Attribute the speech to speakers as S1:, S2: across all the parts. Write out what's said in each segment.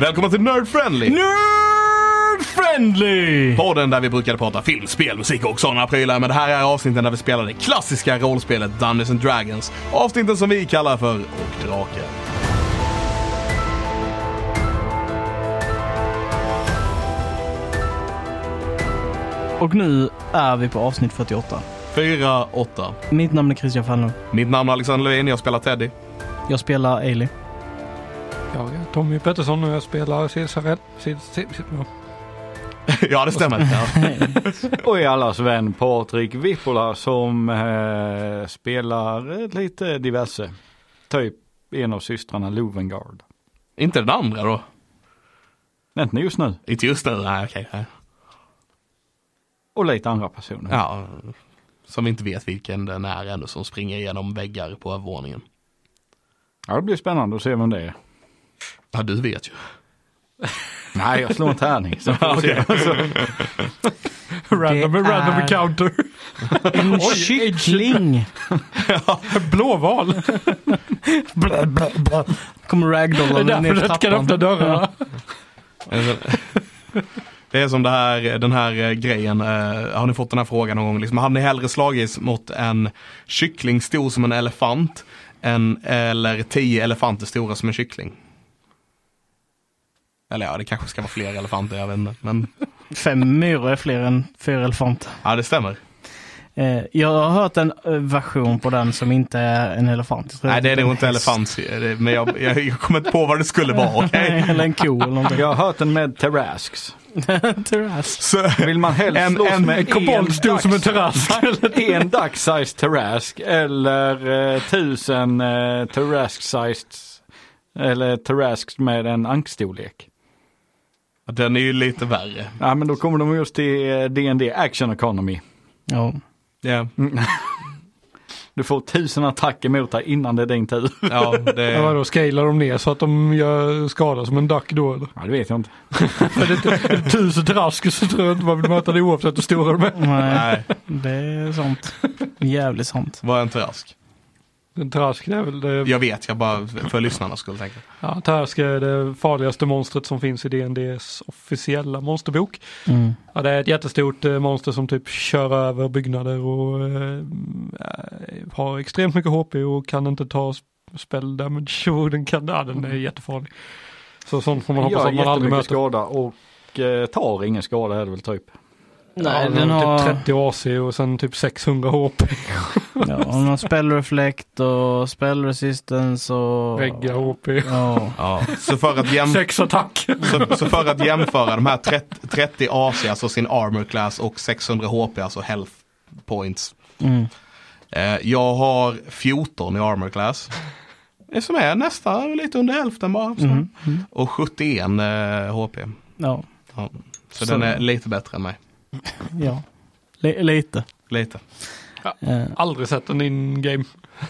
S1: Välkommen till Nerd Friendly!
S2: Nerd friendly!
S1: Podden där vi brukade prata film, spel, musik och sådana prylar. Men det här är avsnitten där vi spelar det klassiska rollspelet Dungeons and Dragons. Avsnitten som vi kallar för Och Drake.
S2: Och nu är vi på avsnitt 48.
S1: 4-8.
S2: Mitt namn är Christian Fernlund.
S1: Mitt namn är Alexander Levin, jag spelar Teddy.
S2: Jag spelar Ailey.
S3: Jag är Tommy Pettersson och jag spelar Cesarell. Cis- cis- cis- ja.
S1: ja, det stämmer. Ja.
S4: Och är allas vän Patrik Vippola som eh, spelar eh, lite diverse. Typ en av systrarna Lovengard.
S1: Inte den andra då?
S4: Inte just nu.
S1: Inte just nu, nej okej. nej.
S4: Och lite andra personer.
S1: Ja, som vi inte vet vilken den är ännu som springer igenom väggar på övervåningen.
S4: Ja, det blir spännande att se vem det är.
S1: Ja, du vet ju.
S4: Nej, jag slår en tärning. Så får vi se.
S3: Random,
S2: Det
S3: random
S2: är-
S3: encounter.
S2: En kyckling!
S3: Blåval. Blä, blä, blä.
S2: Kommer
S3: Det är
S2: ragdollen ner för
S3: därför du inte kan öppna
S2: trappan.
S3: dörrarna. Alltså,
S1: Det är som det här, den här eh, grejen, eh, har ni fått den här frågan någon gång? Liksom, hade ni hellre slagits mot en kyckling stor som en elefant än, eller tio elefanter stora som en kyckling? Eller ja, det kanske ska vara fler elefanter, jag vet inte. Men
S2: Fem myror är fler än fyra elefanter.
S1: ja, det stämmer.
S2: Eh, jag har hört en eh, version på den som inte är en elefant. Jag tror
S1: Nej, det är
S2: typ en
S1: nog inte
S2: häst.
S1: elefant, eh, det- men jag, jag, jag kommer inte på vad det skulle vara, okej?
S2: eller en ko eller någonting.
S4: Jag har hört den med terrasks.
S2: Terrass.
S1: Så-
S4: Vill man helst
S1: En-
S4: slåss
S1: en-
S4: med
S1: en
S4: en
S3: Kobold stor som en
S4: dags-
S3: terrass.
S4: en dagsized terrask eller eh, tusen eh, terrask-sized eller terrasks med en ankstorlek.
S1: Den är ju lite värre.
S4: Ja men då kommer de just till eh, D&D Action Economy.
S2: Ja.
S1: Ja,
S4: Du får tusen attacker mot dig innan det är din tur.
S1: ja det
S3: Ja, vadå, scalar de ner så att de gör skada som en duck då eller?
S4: Ja det vet jag inte.
S3: Är det t- är det tusen terrasker så tror jag inte man vill möta det oavsett hur stora de är.
S2: Nej,
S1: Nej,
S2: det är sant. Jävligt sant.
S1: var inte rask.
S3: En terrask det är väl det,
S1: Jag vet, jag bara för lyssnarnas skull tänker.
S3: ja, terrask är det farligaste monstret som finns i D&Ds officiella monsterbok.
S2: Mm.
S3: Ja, det är ett jättestort eh, monster som typ kör över byggnader och eh, eh, har extremt mycket HP och kan inte ta sp- spell damage och den kan, ja, den är
S2: Mm.
S3: jättefarlig. Så sånt får man hoppas
S4: Gör
S3: att man aldrig
S4: jättemycket
S3: möter.
S4: skada och eh, tar ingen skada är det väl typ.
S2: Nej,
S3: ja,
S2: den har...
S3: typ 30 AC och sen typ 600 HP,
S2: Ja, hon har spell reflect och spell resistance och...
S3: vägga HP,
S2: Ja.
S1: Ja. Så, för att jäm...
S3: sex attacker.
S1: så, så för att jämföra de här 30, 30 AC, alltså sin armor class och 600 HP, alltså health points.
S2: Mm.
S1: Eh, jag har 14 i armor class. Det Som är nästan lite under hälften bara. Så.
S3: Mhm.
S2: Mm. Mm.
S1: Och 71 eh, HP.
S2: Ja.
S1: Ja. Så,
S2: Så-
S1: den är lite bättre än mig.
S2: ja. Li- lite.
S1: Lite.
S2: Eh,
S3: Aldrig sett den in game.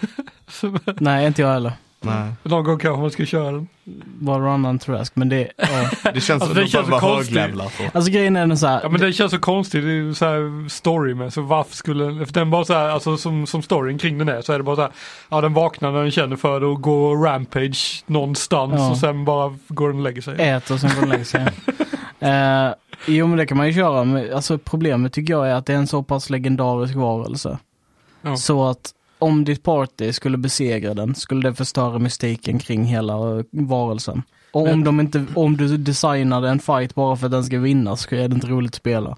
S3: Så,
S2: nej, inte jag heller.
S1: Nej.
S3: Någon gång kanske man ska köra den.
S2: Bara rundan Trask, men det... Ja.
S1: Det känns som
S3: Alltså, det
S1: att de
S3: känns
S1: behöver vara
S3: konstigt.
S1: höglevlar. så.
S2: Alltså grejen är den så här.
S3: Ja men det känns så konstigt, det är ju så här story med, så varför skulle, för den bara så här, alltså som, som storyn kring den är så är det bara så här, ja den vaknar när den känner för det och går rampage någonstans
S2: Ja.
S3: och sen bara går den och lägger sig.
S2: Äter och sen går det och lägger sig. Eh, jo men det kan man ju köra. Men, alltså, problemet tycker jag är att det är en så pass legendarisk varelse.
S3: Ja.
S2: Så att om ditt party skulle besegra den skulle det förstöra mystiken kring hela eh, varelsen. Och om, de inte, om du designade en fight bara för att den ska vinna så är det inte roligt att spela.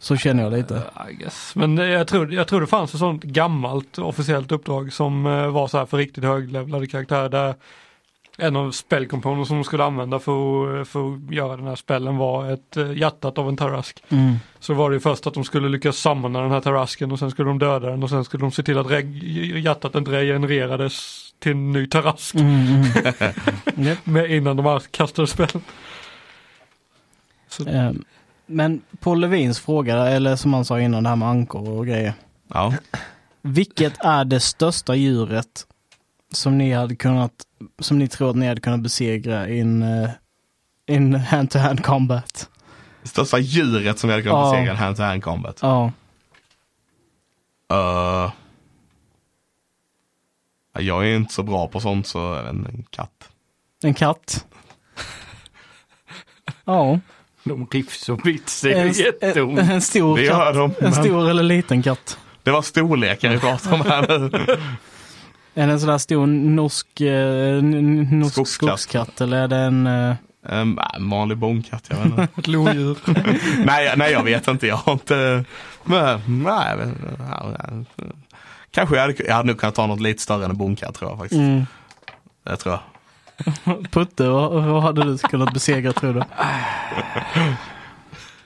S2: Så känner jag lite.
S3: I guess. Men eh, jag tror, jag tror det fanns ett sånt gammalt officiellt uppdrag som eh, var så här för riktigt höglevlade karaktärer där en av spellkomponenterna som de skulle använda för, att- eh, för att göra den här spellen var ett eh, hjärtat av en Tarask.
S2: Mm.
S3: Så var det ju först att de skulle lyckas samla den här terrasken och sen skulle de döda den och sen skulle de se till att reg- hjärtat inte regenererades till en ny terrask
S2: Mm, mm. Japp.
S3: med innan de här kastade spel.
S2: Eh, Men på Levins fråga, eller som han sa innan det här med ankor och grejer.
S1: Ja.
S2: Vilket är det största djuret som ni hade kunnat, som ni tror att ni hade kunnat besegra in, eh, in hand-to-hand combat?
S1: Största djuret som vi hade kunnat
S2: Ja.
S1: besegra i en hand-to-hand combat.
S2: Ja,
S1: Uh, jag är inte så bra på sånt så jag vet inte, en katt.
S2: en katt. Ja,
S4: De riffs och bits, det är
S2: en, en,
S4: jätteont.
S2: en stor
S1: Det
S2: katt.
S1: gör de.
S2: En
S1: men
S2: stor eller liten katt.
S1: Det var storleken vi pratade om här nu.
S2: Är det en sån där stor norsk, eh, n- n- norsk
S1: Skogskatt.
S2: skogskatt eller är det en... eh,
S1: Ehm, äh, En vanlig bonkatt, jag vet inte.
S3: Ett lodjur.
S1: nej, jag- nej, jag vet inte. Jag har inte... Men, nej, jag vet inte. Ja, ja. Kanske jag hade, jag hade nog kunnat ta något lite större än en bonkatt tror jag faktiskt.
S2: Mm.
S1: Det tror jag.
S2: Putte, vad, vad hade du kunnat besegra tror du?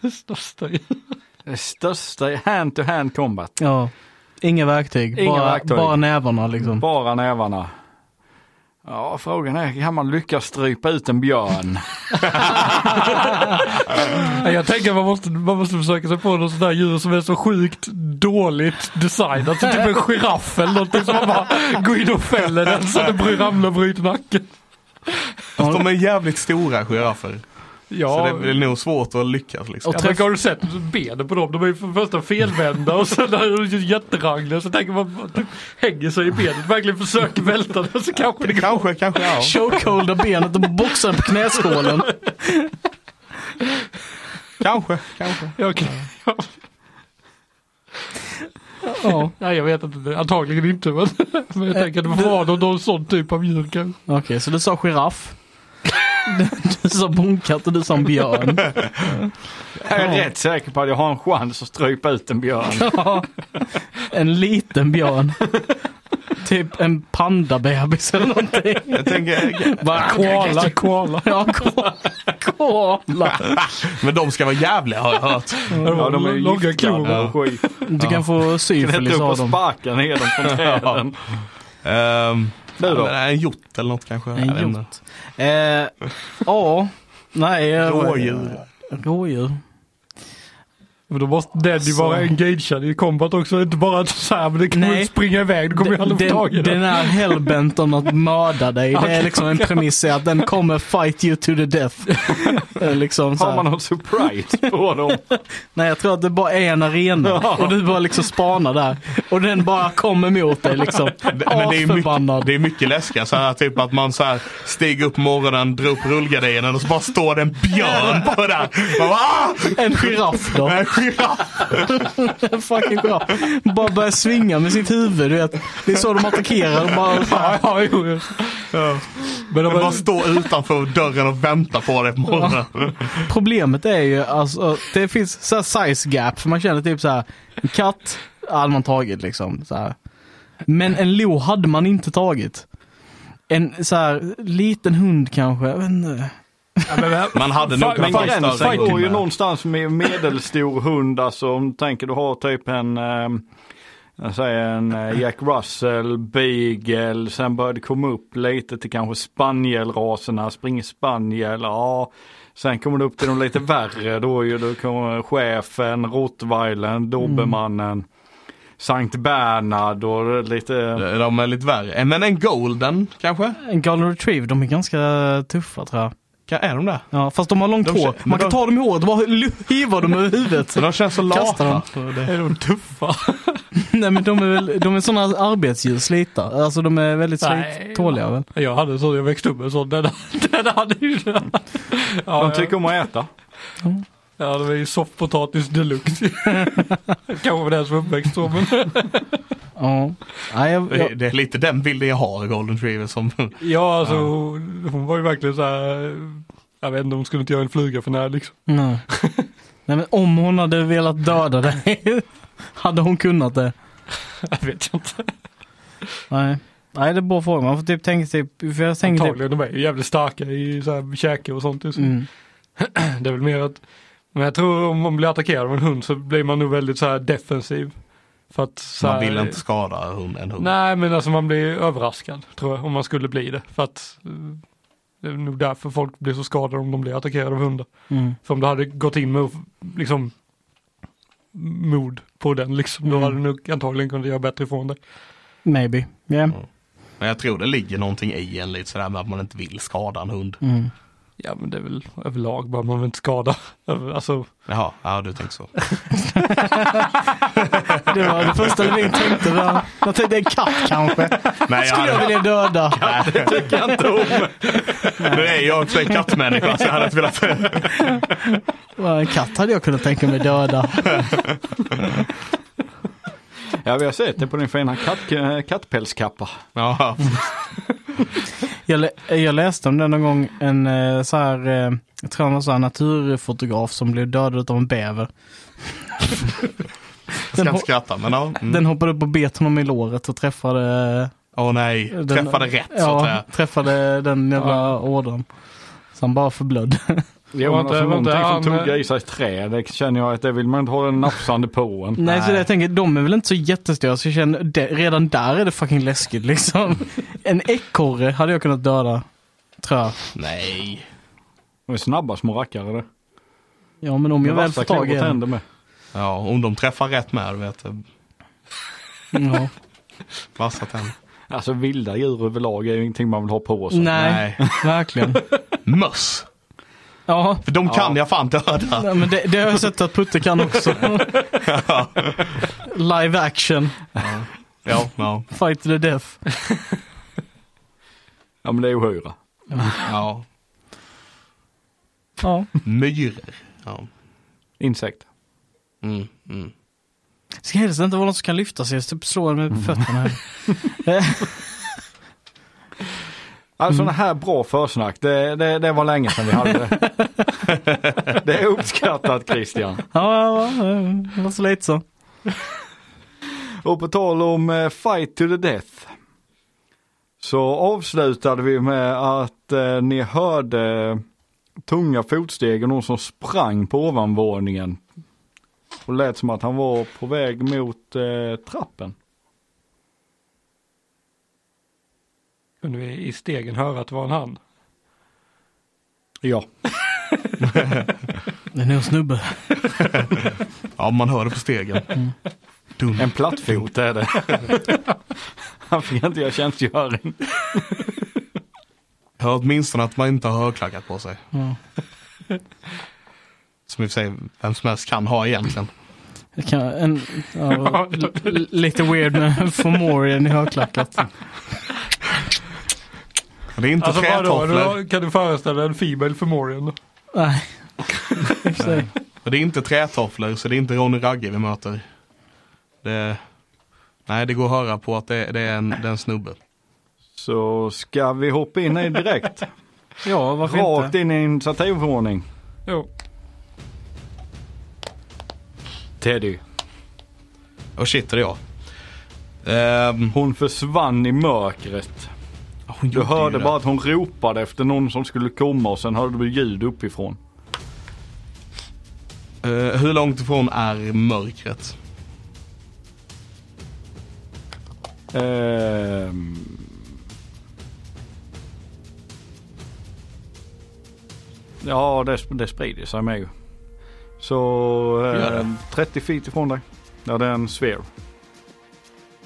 S3: Det största.
S4: Det Största hand-to-hand combat.
S2: Ja. Inga verktyg,
S4: Inga
S2: bara,
S4: verktyg.
S2: bara nävarna liksom.
S4: Bara nävarna. Ja, frågan är, kan man lyckas strypa ut en björn?
S3: Nej, Jag tänker man måste, man måste försöka sig på något sånt där djur som är så sjukt dåligt designat. Så typ en giraff eller någonting som man bara går in och fäller den så att den bry- ramlar och bryter nacken.
S1: Fast de är jävligt stora giraffer. Så
S3: Ja,
S1: det är nog svårt att lyckas liksom.
S2: Och
S3: Ja,
S2: träff-
S3: men har du sett benen på dem? De är ju för det första felvända och sen är de ju jätterangliga. Så tänker man att de hänger sig i benet, verkligen försöker välta den så kanske det går.
S1: Kanske, kanske ja.
S2: Chokeholda benet och boxa på knäskålen.
S1: Kanske, kanske.
S3: Jag, kan-
S2: Ja,
S3: nej, jag vet inte, antagligen inte men, men jag tänker att det får vara någon, någon sån typ av djur kanske.
S2: okej så du sa giraff. Du, du sa bonkatt och du sa en björn.
S4: Jag är rätt säker på att jag har en chans att strypa ut en björn.
S2: Ja. En liten björn. Typ en pandabebis eller någonting.
S1: Jag tänker,
S2: Bara koala, koala. Ja, koala. koala.
S1: men de ska vara jävliga har jag hört.
S4: Ja, de är ju
S3: långa klor.
S4: giftgarda och skit.
S2: Du kan få syfilis
S4: Knäppt upp
S2: av
S4: och
S2: dem.
S4: sparka ner dem från träden.
S1: Ehm,
S4: Du då?
S1: ja, men En hjort eller något kanske. jag
S2: En
S1: vet inte.
S2: hjort. Eh, Ja, nej. eh,
S1: Rådjur.
S2: Rådjur.
S3: Men då måste den ju
S2: Så.
S3: vara engagerad i combat också, inte bara att så här, men det kan
S2: Nej.
S3: man ju springa iväg, då kommer jag aldrig få tag i
S2: den, den
S3: den.
S2: är hellbent om att mörda dig. Det är liksom en premiss i att den kommer fight you to the death. Eh, liksom så
S4: Har
S2: här.
S4: man någon surprise på dem?
S2: Nej jag tror att det bara är en arena och du bara liksom spanar där. Och den bara kommer mot dig liksom.
S1: Det- Men det är, ju mycket,
S2: Asförbannad.
S1: det är mycket läskigt så här, typ att man så här stiger upp på morgonen, drar upp rullgardinen och så bara står det en björn på där. Man bara, "Ah!"
S2: En giraff då.
S1: En giraff!
S2: En fucking giraff. Bara börjar svinga med sitt huvud du vet. Det är så de attackerar. Bara, så här.
S3: Ja, ja, jo, jo.
S1: Ja.
S3: Men
S1: Den
S3: om
S1: bara
S3: man,
S1: står utanför dörren och väntar på dig på morgonen.
S2: Problemet är ju alltså, det finns så här size gap. För man känner typ så här, en katt hade man tagit liksom. Så här. Men en lo hade man inte tagit. En så här liten hund kanske, jag vet inte.
S3: ja, men, men,
S1: Man hade nog
S3: Fan,
S1: kunnat
S4: Men
S1: ta en
S4: gränsen
S1: större
S4: går ju
S1: hund med.
S4: någonstans med medelstor hund. Alltså om du tänker du har typ en, ehm, jag säger en eh, Jack Russell, Beagle, sen börjar det komma upp lite till kanske spanielraserna, springer spaniel, ja. Sen kommer du upp till de lite värre, då är ju då kommer chefen, rottweilern, dobermannen, Sankt Bernhard och lite,
S1: De är lite värre. Men en golden kanske?
S2: En golden retriever, de är ganska tuffa tror jag.
S1: Kan- Är de det?
S2: Ja, fast de har långt
S1: De
S2: hår.
S1: kö- men
S2: Man kan
S1: de-
S2: ta dem i håret och bara lu- hiva dem över huvudet.
S1: Men de känns så
S2: Kasta
S1: lata.
S2: dem.
S3: är de tuffa?
S2: Nej men de är väl, de är sådana arbetsdjur, slita. Alltså de är väldigt
S3: Nej.
S2: slit, tåliga väl.
S3: Jag hade en sån, jag växte upp med en sån. Den, den hade ju... Ja,
S4: de
S3: ja.
S4: tycker om att äta.
S3: ja, det var ju soffpotatis deluxe. Kanske var den som uppväxt så men.
S2: Ja. Nej, jag,
S1: Det-
S2: jag,
S1: Det är lite den bilden jag har av golden retriever som...
S3: Ja, alltså Hon, hon var ju verkligen så här. Jag vet inte, hon skulle inte göra en fluga för när liksom.
S2: nej. nej men om hon hade velat döda dig, hade hon kunnat det?
S3: Jag vet jag inte.
S2: Nej. Nej det är en bra fråga, man får typ tänka typ, för jag tänker typ,
S3: Antagligen, de är ju jävligt starka i så här käke och sånt. ju, Så.
S2: mm,
S3: Det är väl mer att, men jag tror om man blir attackerad av en hund så blir man nog väldigt så här defensiv. För att så
S1: Man
S3: här-
S1: vill inte skada hund- en hund.
S3: Nej men alltså man blir överraskad tror jag om man skulle bli det. För att eh, det är nog därför folk blir så skadade om de blir attackerade av hundar.
S2: mm.
S3: För om du hade gått in med liksom mod på den liksom då
S2: Mm.
S3: hade du nog antagligen kunnat göra bättre ifrån dig.
S2: Maybe. Yeah.
S1: Men jag tror det ligger någonting i en lite sådär med att man inte vill skada en hund.
S2: Mm.
S3: Ja men det är väl överlag bara man vill inte skada. Alltså,
S1: Jaha, ja du tänkte så.
S2: Det var det första Levin tänkte. Där. Jag tänkte en katt kanske.
S1: Nej, jag
S2: Skulle jag
S1: hade,
S2: vilja döda.
S1: det tycker jag inte om. Nu är jag också en kattmänniska så jag hade inte velat
S2: Ja, En katt hade jag kunnat tänka mig döda.
S4: Ja, vi har sett det på din fina katt, eh, kattpälskappa.
S1: Ja,
S2: Jag, lä- jag läste om det någon gång, en eh, så här, eh, jag tror han var så här naturfotograf som blev dödad av en bäver.
S1: jag
S2: Den,
S1: ska inte
S2: ho-
S1: skratta men ja. Mm.
S2: den hoppade upp och bet honom i låret och träffade, eh,
S1: Åh nej,
S2: Den-
S1: träffade rätt så att
S2: ja,
S1: säga.
S2: träffade den jävla ådern. Så han bara förblödde.
S4: Jo,
S3: Var
S4: men
S3: inte-
S4: alltså,
S3: var inte
S4: någonting som
S3: han,
S4: tuggar
S3: eh,
S4: i sig trä, det känner jag att det vill man inte ha den nafsande på en.
S2: Nej, så
S1: Nej.
S2: jag tänker, de är väl inte så jättestora så jag känner, det, redan där är det fucking läskigt liksom. En ekorre hade jag kunnat döda. Tror jag.
S1: Nej.
S4: De är snabba små rackare det.
S2: Ja men om jag
S4: Med
S2: väl
S4: vassa
S2: får tag i
S4: klor och
S2: en.
S4: tänder med.
S1: Ja, om de träffar rätt med, du vet.
S2: Ja.
S1: Vassa tänder.
S4: Alltså vilda djur överlag är ju ingenting man vill ha på sig.
S2: Nej,
S1: Nej.
S2: verkligen.
S1: Möss.
S2: Ja,
S1: För de kan jag fan döda.
S2: nej, men det, det har jag sett att Putte kan också. Live action,
S1: Ja, ja.
S2: fight to the death.
S4: Ja men det är ohyra.
S1: ja.
S2: Ja.
S1: Myror. Ja.
S4: Insekter.
S1: Mm, mm.
S2: Ska helst inte vara någon som kan lyfta sig, jag typ slå en
S1: Mm.
S2: med fötterna. här.
S4: Alltså
S2: Mm.
S4: sådana här bra försnack, det, det, det var länge sedan vi hade det. det är uppskattat Christian.
S2: Ja, ja, ja, det var så lite så.
S4: Och på tal om eh, fight to the death. Så avslutade vi med att eh, ni hörde tunga fotsteg och någon som sprang på ovanvåningen. Och lät som att han var på väg mot eh, trappen.
S3: kunde vi i stegen höra att det var en han.
S4: Ja.
S2: Det är nog en snubbe.
S1: Ja, man hör det på stegen. Dum.
S2: Mm.
S4: En plattfot är det. Han fick inte göra tjänstgöring.
S1: Hör åtminstone att man inte har högklackat på sig.
S2: Ja.
S1: Som i och för sig vem som helst kan ha egentligen.
S2: Det Kan, en, ja, l-
S3: Alltså,
S2: l- lite weird med Fomorian i högklackat.
S1: Men Det är inte
S3: Alltså vadå,
S1: trätofflor.
S3: då kan du föreställa dig en Female Fomorian?
S2: Nej. I och för sig.
S1: Och Det är inte trätofflor så det är inte Ronny Ragge vi möter. Det... Nej, det går att höra på att det, det, är, en, det är en snubbe.
S4: Så ska vi hoppa in i direkt.
S2: Ja, varför
S4: Rakt
S2: inte?
S4: in i initiativordning.
S3: Jo.
S4: Teddy.
S1: Och shit, är det jag. Ehm,
S4: Hon försvann i mörkret.
S1: hon
S4: Du
S1: gjorde ju
S4: hörde
S1: det.
S4: bara att hon ropade efter någon som skulle komma och sen hörde du ljud uppifrån.
S1: Eh, hur långt ifrån är mörkret?
S4: Ehm. Ja, det, det sprider sig med ju. Så
S1: Gör
S4: eh,
S1: det.
S4: 30 feet ifrån dig. Ja, det är en sfär.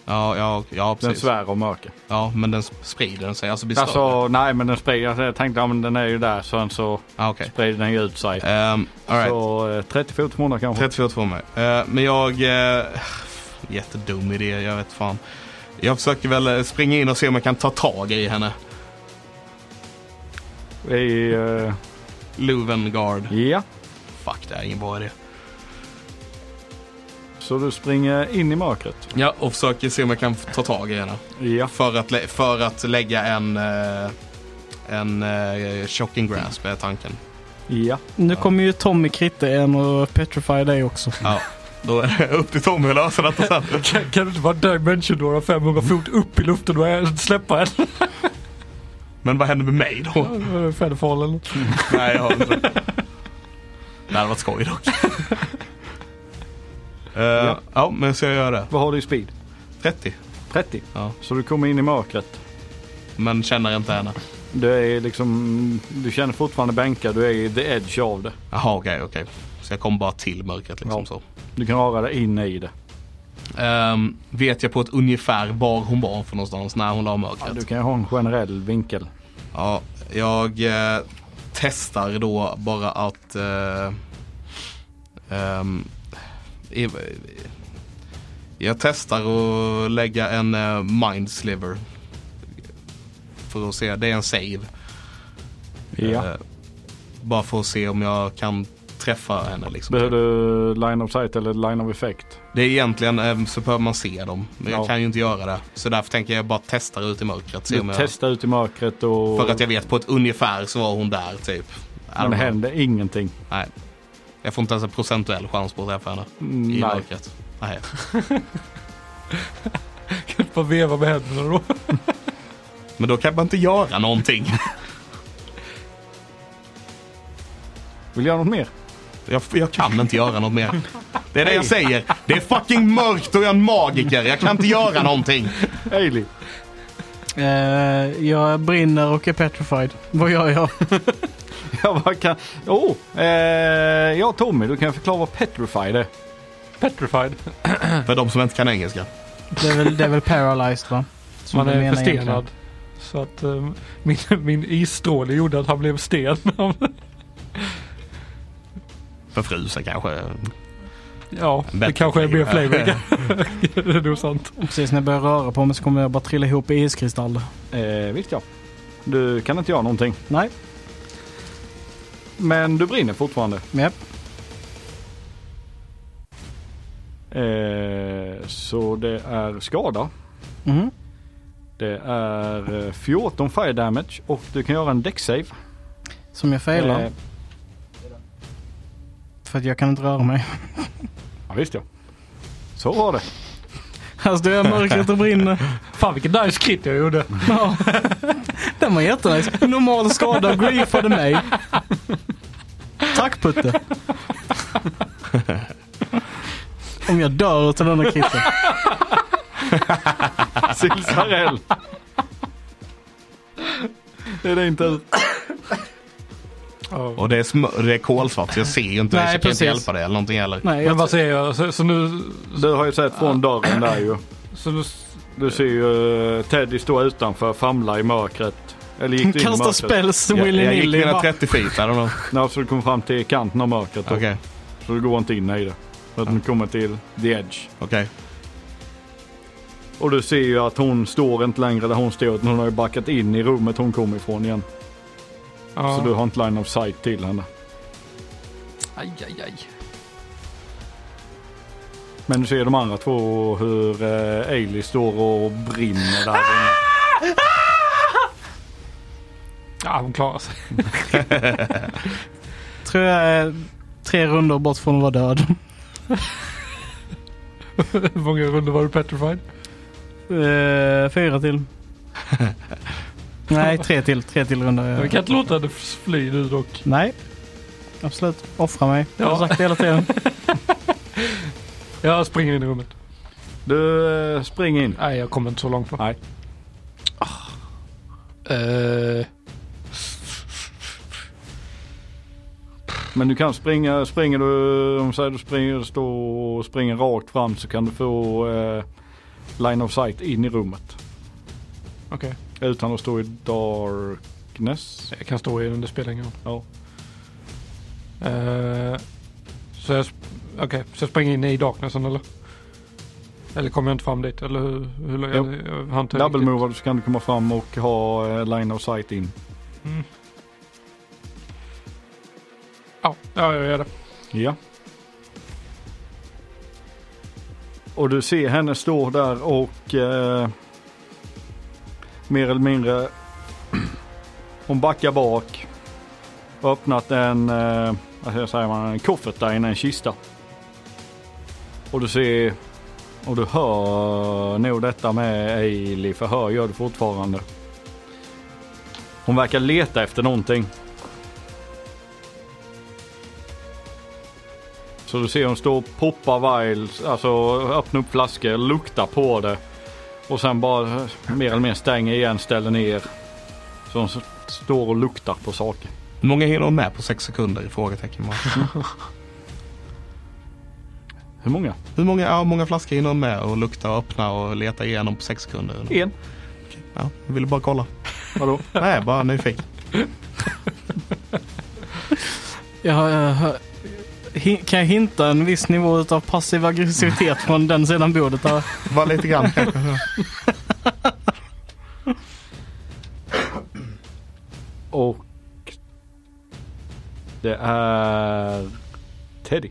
S1: Ja, ja, ja
S4: Den
S1: precis.
S4: svär om mörker.
S1: Ja, men den sprider den sig, alltså blir större.
S4: Alltså, nej men den sprider. Jag tänkte, ja men den är ju där. Sen så
S1: Ah, okej.
S4: sprider den ju ut sig.
S1: Ehm, all right.
S4: Så eh, 30 fot från dig kanske.
S1: 34 för mig. Eh, men jag... eh, jättedum idé, jag vet fan. Jag försöker väl eh, springa in och se om jag kan ta tag i henne.
S4: I, eh,
S1: Lovengard.
S4: ja,
S1: Fuck, det här är ingen bra idé.
S4: så du springer in i mörkret.
S1: Ja, och försöker se om jag kan f- ta tag i henne.
S4: Ja.
S1: För att, lä- för att lägga en... eh, en uh, shocking grasp är tanken.
S4: Ja.
S2: Nu kommer ju Tommy Kritte en och petrify dig också.
S1: Ja, då är det upp till Tommy att lösa detta sen.
S3: Kan, kan du inte vara Dimension Dora 500 fot upp i luften och släppa en?
S1: Men vad händer med mig då?
S3: Federfallen.
S1: Nej, jag har inte det. Det hade varit skoj dock. Eh, ja. men så jag gör det.
S4: Vad har du i speed?
S1: 30.
S4: 30.
S1: Ja.
S4: Så du kommer in i mörkret.
S1: Men känner inte henne.
S4: Du är liksom, du känner fortfarande bänkar. Du är i the edge av det.
S1: Jaha, okej, okej. Så jag kom bara till mörkret liksom
S4: Ja.
S1: så.
S4: Du kan röra dig in i det.
S1: Ehm, vet jag på ett ungefär var hon var för någonstans när hon la
S4: Ja,
S1: mörkret?
S4: du kan ju ha en generell vinkel.
S1: Ja, jag eh, testar då bara att eh, ehm, i- jag testar att lägga en eh, mind sliver. För att se, det är en save.
S4: Ja.
S1: Eh, bara för att se om jag kan träffa henne. Liksom.
S4: Behöver du line of sight eller line of effect?
S1: Det är egentligen eh, så behöver man se dem. Men jag
S4: Ja.
S1: kan ju inte göra det. Så därför tänker jag bara testa ut i mörkret. Se
S4: Du
S1: om jag,
S4: testar ut i mörkret och...
S1: För att jag vet på ett ungefär så var hon där typ. I don't
S4: Men det
S1: know.
S4: händer ingenting.
S1: Nej. Jag får inte ens en procentuell chans på att träffa henne.
S2: Mm,
S1: I
S4: Nej.
S1: mörkret. Nej.
S3: Kan du bara veva med händerna då?
S1: Men då kan man inte göra någonting.
S4: Vill du göra något mer?
S1: Jag, jag kan inte göra något mer. Det är det jag säger. Det är fucking mörkt och jag är en magiker. Jag kan inte göra någonting.
S4: Ailey?
S2: Eh, jag brinner och är petrified. Vad gör jag?
S4: Jag bara kan... Oh, eh, ja Tommy, du kan förklara vad petrified är.
S3: Petrified.
S1: För de som inte kan engelska.
S2: Det är väl, det är väl paralyzed va? Som
S3: Man
S2: du
S3: är
S2: menar
S3: förstenad.
S2: egentligen.
S3: Så att eh, min, min isstråle gjorde att han blev sten.
S1: Förfrusen kanske.
S3: ja,
S1: Bättre
S3: det kanske blir
S1: flavor.
S3: flavor. det är nog sant.
S2: Precis när jag börjar röra på mig så kommer jag bara trilla ihop i iskristaller.
S4: Eh, visst ja. Du kan inte göra någonting.
S2: Nej,
S4: Men du brinner fortfarande.
S2: japp.
S4: Eh, så det är skada.
S2: Mhm.
S4: Det är eh, 14 fire damage och du kan göra en deck save.
S2: Som jag failar.
S4: Eh,
S2: För att jag kan inte röra mig.
S4: ja, visst ja. Så var det.
S2: Här står jag i Alltså, mörkret och brinner.
S3: Fan vilket nice skritt jag gjorde.
S2: Ja. Den var jättenice. Normal skada griefade mig. Tack Putte. Om jag dör utan den här kritten.
S4: Silsarell. Det är det inte.
S3: Ja.
S1: Och det är, smör, det är kolsvart så jag ser ju inte det. Så
S2: Nej,
S1: jag kan inte
S2: precis.
S1: hjälpa dig eller någonting heller.
S2: Nej,
S3: Men
S2: jag,
S3: vad säger jag? Så, så nu...
S4: Du har ju sett från dörren där ju.
S3: Så nu
S4: Du ser ju eh, Teddy stå utanför famla i mörkret. Eller gick du in i
S2: kastar
S4: mörkret?
S2: spells
S1: Jag, jag gick
S2: willy-nilly.
S1: mina
S2: bara.
S1: 30 feet. I don't know.
S4: Nej, så du kommer fram till kanten av mörkret då.
S1: Okej. Okej.
S4: Så du går inte in i det. Så att du kommer till the edge. Och du ser ju att hon står inte längre där hon står utan hon har ju backat in i rummet hon kom ifrån igen.
S3: ja.
S4: Så du har inte line of sight till henne.
S3: Aj, aj, aj.
S4: Men du ser de andra två hur eh, Ailey står och brinner där inne.
S3: Ja, hon klarar sig.
S2: Tror jag är tre runder bort från att vara död.
S3: Hur många runder var du petrified?
S2: Eh, fyra till. Nej, tre till. Tre till
S3: Ja.
S2: runda.
S3: Vi kan inte låta henne fly nu dock.
S2: Nej, absolut. Offra mig. Jag har
S3: Ja.
S2: sagt det hela tiden.
S3: Jag springer in i rummet.
S4: Du eh, springer in.
S3: Nej, jag kommer inte så långt. På.
S4: Nej.
S3: Eh,
S4: Men du kan springa, springer du, om säger du springer, står och springer rakt fram så kan du få eh, line of sight in i rummet.
S3: Okej,
S4: Utan att stå i darkness.
S3: jag kan stå i den, det spelar ingen roll.
S4: Ja.
S3: Eh, så, jag, sp- okej, så jag springer in i darknessen eller? Eller kommer jag inte fram dit? Eller hur? hur jag,
S4: Jo.
S3: jag, jag, hann inte
S4: Double
S3: riktigt.
S4: move så kan du komma fram och ha eh, line of sight in.
S3: Mm. Ja, ja, jag gör det.
S4: Ja. Och du ser henne stå där och eh, mer eller mindre hon backar bak och öppnat en, eh, vad ska jag säga, man, en koffert där inne, en kista. Och du ser och du hör nog detta med Ailey, för hör gör du fortfarande. Hon verkar leta efter någonting. Så du ser hon står och poppar vials, alltså öppnar upp flaskor, luktar på det. Och sen bara eh, mer eller mindre stänger igen, ställer ner. Så hon s- står och luktar på saker.
S1: Hur många hinner hon med på sex sekunder? i Frågetecken bara.
S4: Hur många?
S1: Hur många, ja, hur många flaskor hinner hon med och lukta och öppna och leta igenom på sex sekunder?
S4: En.
S1: Ja, jag ville bara kolla.
S4: Vadå?
S1: Nej, bara nyfiken.
S2: Jag, har- jag, har- hi- kan jag hinta en viss nivå av passiv aggressivitet från den sidan bordet? Där?
S1: Bara lite grann kanske.
S4: Och det är Teddy.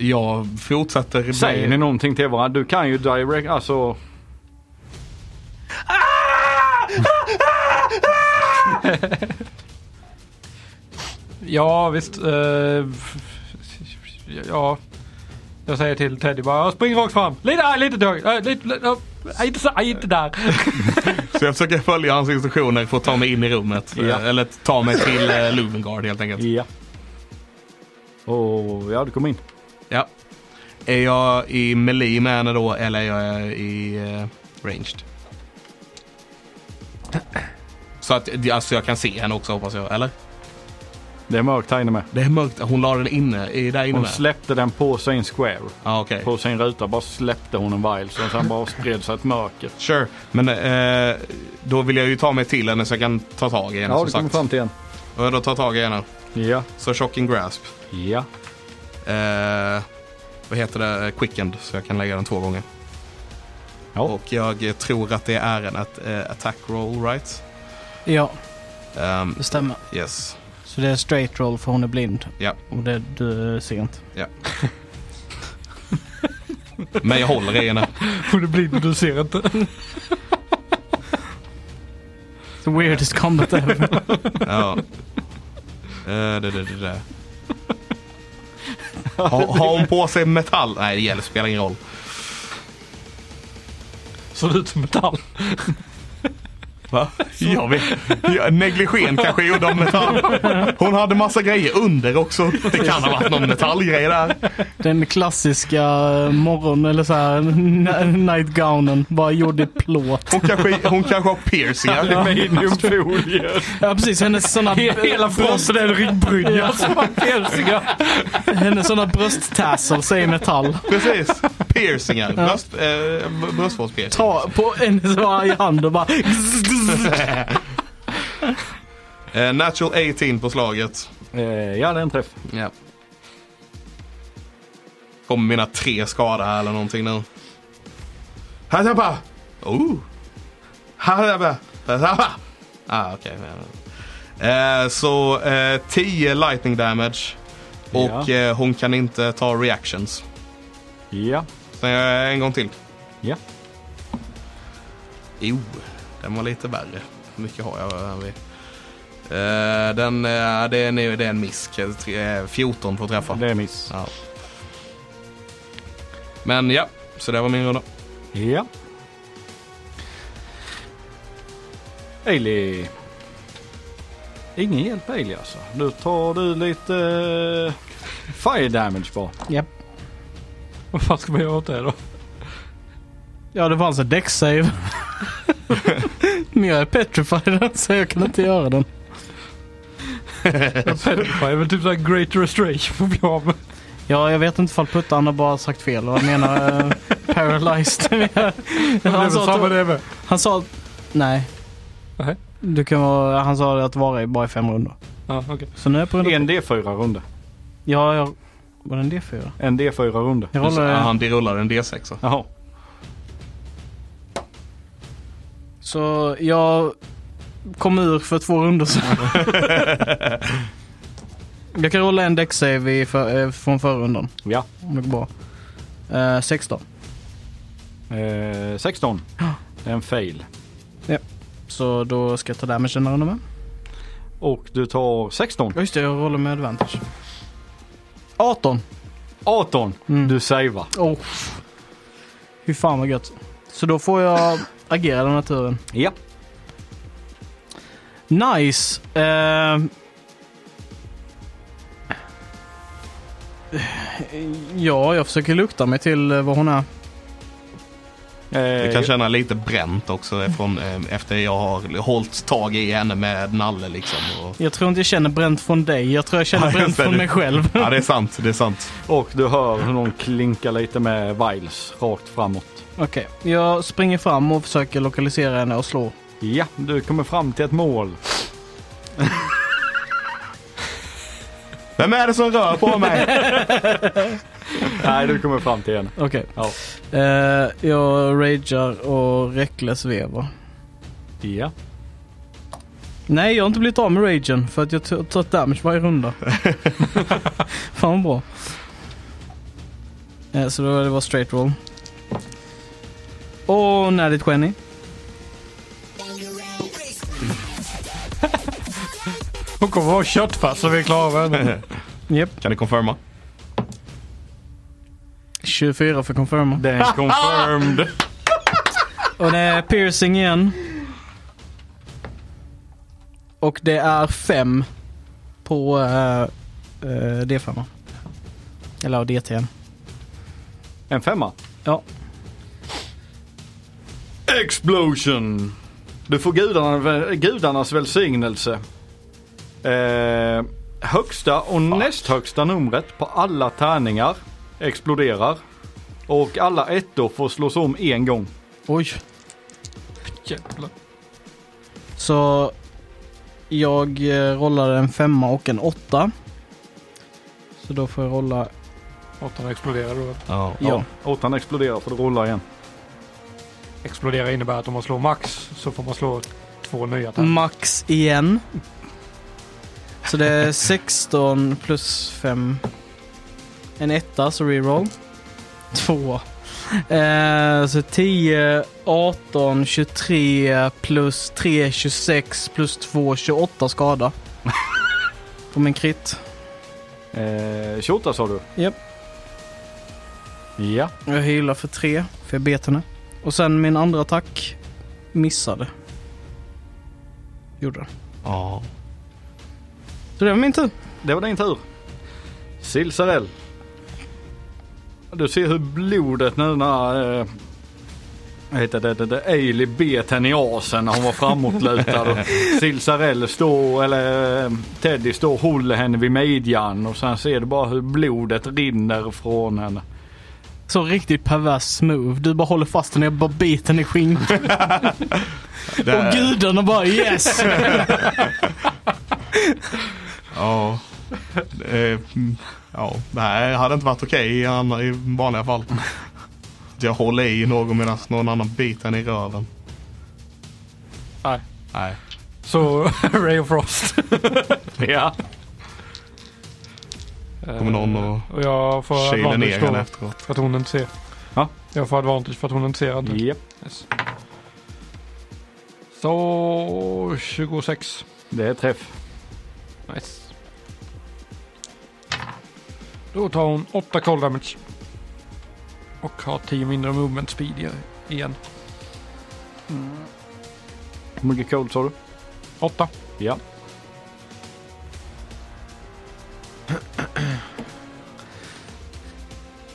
S1: Jag fortsätter.
S4: Säger ni någonting till varandra? Du kan ju direct, alltså.
S3: Ja visst. eh, ja. Jag säger till Teddy bara spring rakt fram. Lite, äh, lite till höger. Äh, lite, lite, äh, inte, så, äh, inte där.
S1: Så jag försöker följa hans instruktioner för att ta mig in i rummet.
S4: Ja.
S1: Eller ta mig till eh, Luvengard helt enkelt.
S4: Ja. Och ja, du kom in.
S1: Ja. Är jag i melee med henne då eller är jag i eh, ranged? Så att alltså, jag kan se henne också hoppas jag, eller?
S4: Det är mörkt här inne med.
S1: Det är mörkt, hon la den inne, i där inne
S4: Hon
S1: med?
S4: släppte den på sin square.
S1: Ja, okej.
S4: På sin ruta bara släppte hon en vial så sen bara spred sig ett mörker.
S1: Sure, men eh, då vill jag ju ta mig till henne så jag kan ta tag i henne
S4: Ja, du
S1: som
S4: kommer
S1: sagt.
S4: fram till en.
S1: Och då tar jag tag i henne.
S4: Ja,
S1: Så shocking grasp.
S4: ja.
S1: Eh, vad heter det? Quickened, så jag kan lägga den två gånger.
S4: Ja.
S1: Och jag tror att det är en att, eh, attack roll, right?
S2: Ja,
S1: Ehm,
S2: det stämmer.
S1: yes.
S2: Så det är straight roll för hon är blind.
S1: Ja.
S2: Och det du ser inte.
S1: Men jag håller i henne.
S3: Och det blir men du ser inte.
S2: The weirdest combat ever.
S1: Ja. Eh, det, det, det, det. Har, har hon på sig metall? Nej, det gäller, spelar ingen roll.
S3: Ser ut som metall.
S1: Va? Jag vet. Jag, negligen kanske gjorde om metall. Hon hade massa grejer under också. Det kan ha varit någon metallgrej där.
S2: Den klassiska eh, morgon eller så här n- nightgownen. Bara gjord i plåt.
S1: Hon kanske, hon kanske har piercingar.
S4: Mediumfolier.
S2: Ja precis, hennes sådana
S3: Hela fronten är en ryggbrynja som har piercingar.
S2: hennes såna brösttassels är i metall.
S1: Precis. Piercingar. Bröst, eh, b- bröstvårdspiercing.
S2: Ta på en så här i hand och bara...
S1: Eh, natural 18 på slaget.
S4: Eh, ja, det är en träff.
S1: Ja. Kommer mina tre skada här eller någonting nu. Hatapa! Oh! Hatapa! Hatapa! Ah, okej. Eh, så eh, 10 lightning damage. Och
S4: Ja.
S1: eh, hon kan inte ta reactions.
S4: Ja,
S1: Så jag gör en gång till.
S4: ja.
S1: Jo, den var lite värre. Hur mycket har jag? här vid? Eh, den, eh, det, är, nu- det är en misk. Eh, tre- eh, 14 på träffa.
S4: Det är miss.
S1: Ja. Men ja, så det var min runda.
S4: Ja. Ailey. Ingen hjälp Ailey alltså. Nu tar du lite eh, fire damage bara.
S2: Japp.
S3: Vad fan ska man göra åt det då?
S2: Ja, det var alltså däcksave. Men jag är petrified så jag kan inte göra den.
S3: Det är väl typ såhär great restoration för att bli av med.
S2: Ja, jag vet inte ifall puttan har bara sagt fel. Vad menar eh, paralyzed? han, sa att,
S3: det med.
S2: han sa... Nej.
S3: Nej.
S2: Du kan vara, han sa att vara i bara i fem rundor.
S3: Ja, okej.
S2: Så nu är jag på runda...
S4: En D4 runda.
S2: Ja, jag... Var det en D4?
S4: En D4 runda.
S2: Jag
S1: Så,
S2: håller...
S1: Han rullar en D6. a.
S4: Jaha.
S2: Så jag kom ur för två rundor sedan. jag kan rulla en däcksave i för, eh, från förra rundan.
S4: Ja.
S2: Om det går bra. Eh, 16.
S4: Eh, 16. Det är en fail.
S2: Så då ska jag ta damage den här rundan med.
S4: Och du tar 16.
S2: Ja, Just det, jag rullar med advantage. 18.
S4: 18.
S2: Mm.
S4: Du savear.
S2: Oh. Hur fan vad gött. Så då får jag agera den här turen.
S4: Ja.
S2: Nice! Eh, Ja, jag försöker lukta mig till eh, var hon är.
S4: Eh,
S1: Jag kan känna lite bränt också från, eh, efter jag har hållit tag i henne med nalle liksom. Och...
S2: Jag tror inte jag känner bränt från dig. Jag tror jag känner
S1: Ja,
S2: bränt
S1: just det,
S2: från
S1: du-
S2: mig själv.
S1: Ja, det är sant. Det är sant.
S4: Och du hör hur någon klinkar lite med vials rakt framåt.
S2: Okej, jag springer fram och försöker lokalisera henne och slå.
S4: Ja, du kommer fram till ett mål.
S1: Vem är det som rör på mig?
S4: Nej, du kommer fram till en.
S2: Okej.
S4: Ja.
S2: Eh, jag ragear och reckless vevar.
S4: Ja.
S2: Nej, jag har inte blivit av med ragen för att jag har tagit damage varje runda. Fan vad bra. Eh, så då det var straight roll. Och närdigt Jenny.
S3: Hon kommer vara köttfast så vi är klara med henne.
S2: Japp.
S1: Kan ni confirma?
S2: 24 för confirma.
S4: Den är confirmed.
S2: Och det är piercing igen. Och det är 5 på eh, eh, D5. Eller ja, DT.
S4: En femma.
S2: Ja.
S4: Explosion! Du får gudarna, gudarnas välsignelse. Eh, högsta och näst högsta numret på alla tärningar exploderar. Och alla ettor får slås om en gång.
S2: Oj.
S3: Jävlar.
S2: Så jag eh, rollade en femma och en åtta. Så då får jag rolla,
S3: Åttan exploderar då.
S1: Ja.
S2: ja.
S4: Åttan exploderar för det rullar igen.
S3: Explodera innebär att om man slår max så får man slå två nya tärningar.
S2: max igen. Så det är 16 plus 5. En etta, så reroll. Två. Eh, så 10, 18, 23 plus 3, 26 plus 2, 28 skada. På min krit.
S4: Eh, 28 sa du?
S2: Japp.
S4: Ja.
S2: Jag healar för 3, för jag bet henne. Och sen min andra attack missade. Gjorde den.
S1: Ja.
S2: Så det var min tur.
S4: Det var din tur. Silsarell. Du ser hur blodet nu när... Eh, vad heter det, det, det, Ailey bet henne i asen när hon var framåtlutad. Och Silsarell står, eller eh, Teddy står och håller henne vid midjan och sen ser du bara hur blodet rinner från henne.
S2: Så riktigt pervers move. Du bara håller fast den och jag bara biter den i skinkan.
S1: Där.
S2: Och gudarna bara yes!
S1: Ja. Eh, mm, Ja, det här hade inte varit okej i andra- i vanliga fall. Att Jag håller i någon medan någon annan biter en i röven.
S3: Nej.
S1: Nej.
S3: Så Ray of Frost.
S4: Ja.
S1: Kommer någon och
S3: Eh, Och jag får
S1: kyler
S3: advantage
S1: ner henne
S3: då.
S1: efteråt.
S3: För att hon inte ser.
S4: Ja.
S3: Jag får advantage för att hon inte ser. Att...
S4: Japp,
S3: Yes. Så 26.
S4: det är träff.
S3: Nice. Då tar hon 8 cold damage. Och har 10 mindre movement speed i- igen.
S4: Hur mycket cold sa du?
S3: 8.
S4: Ja.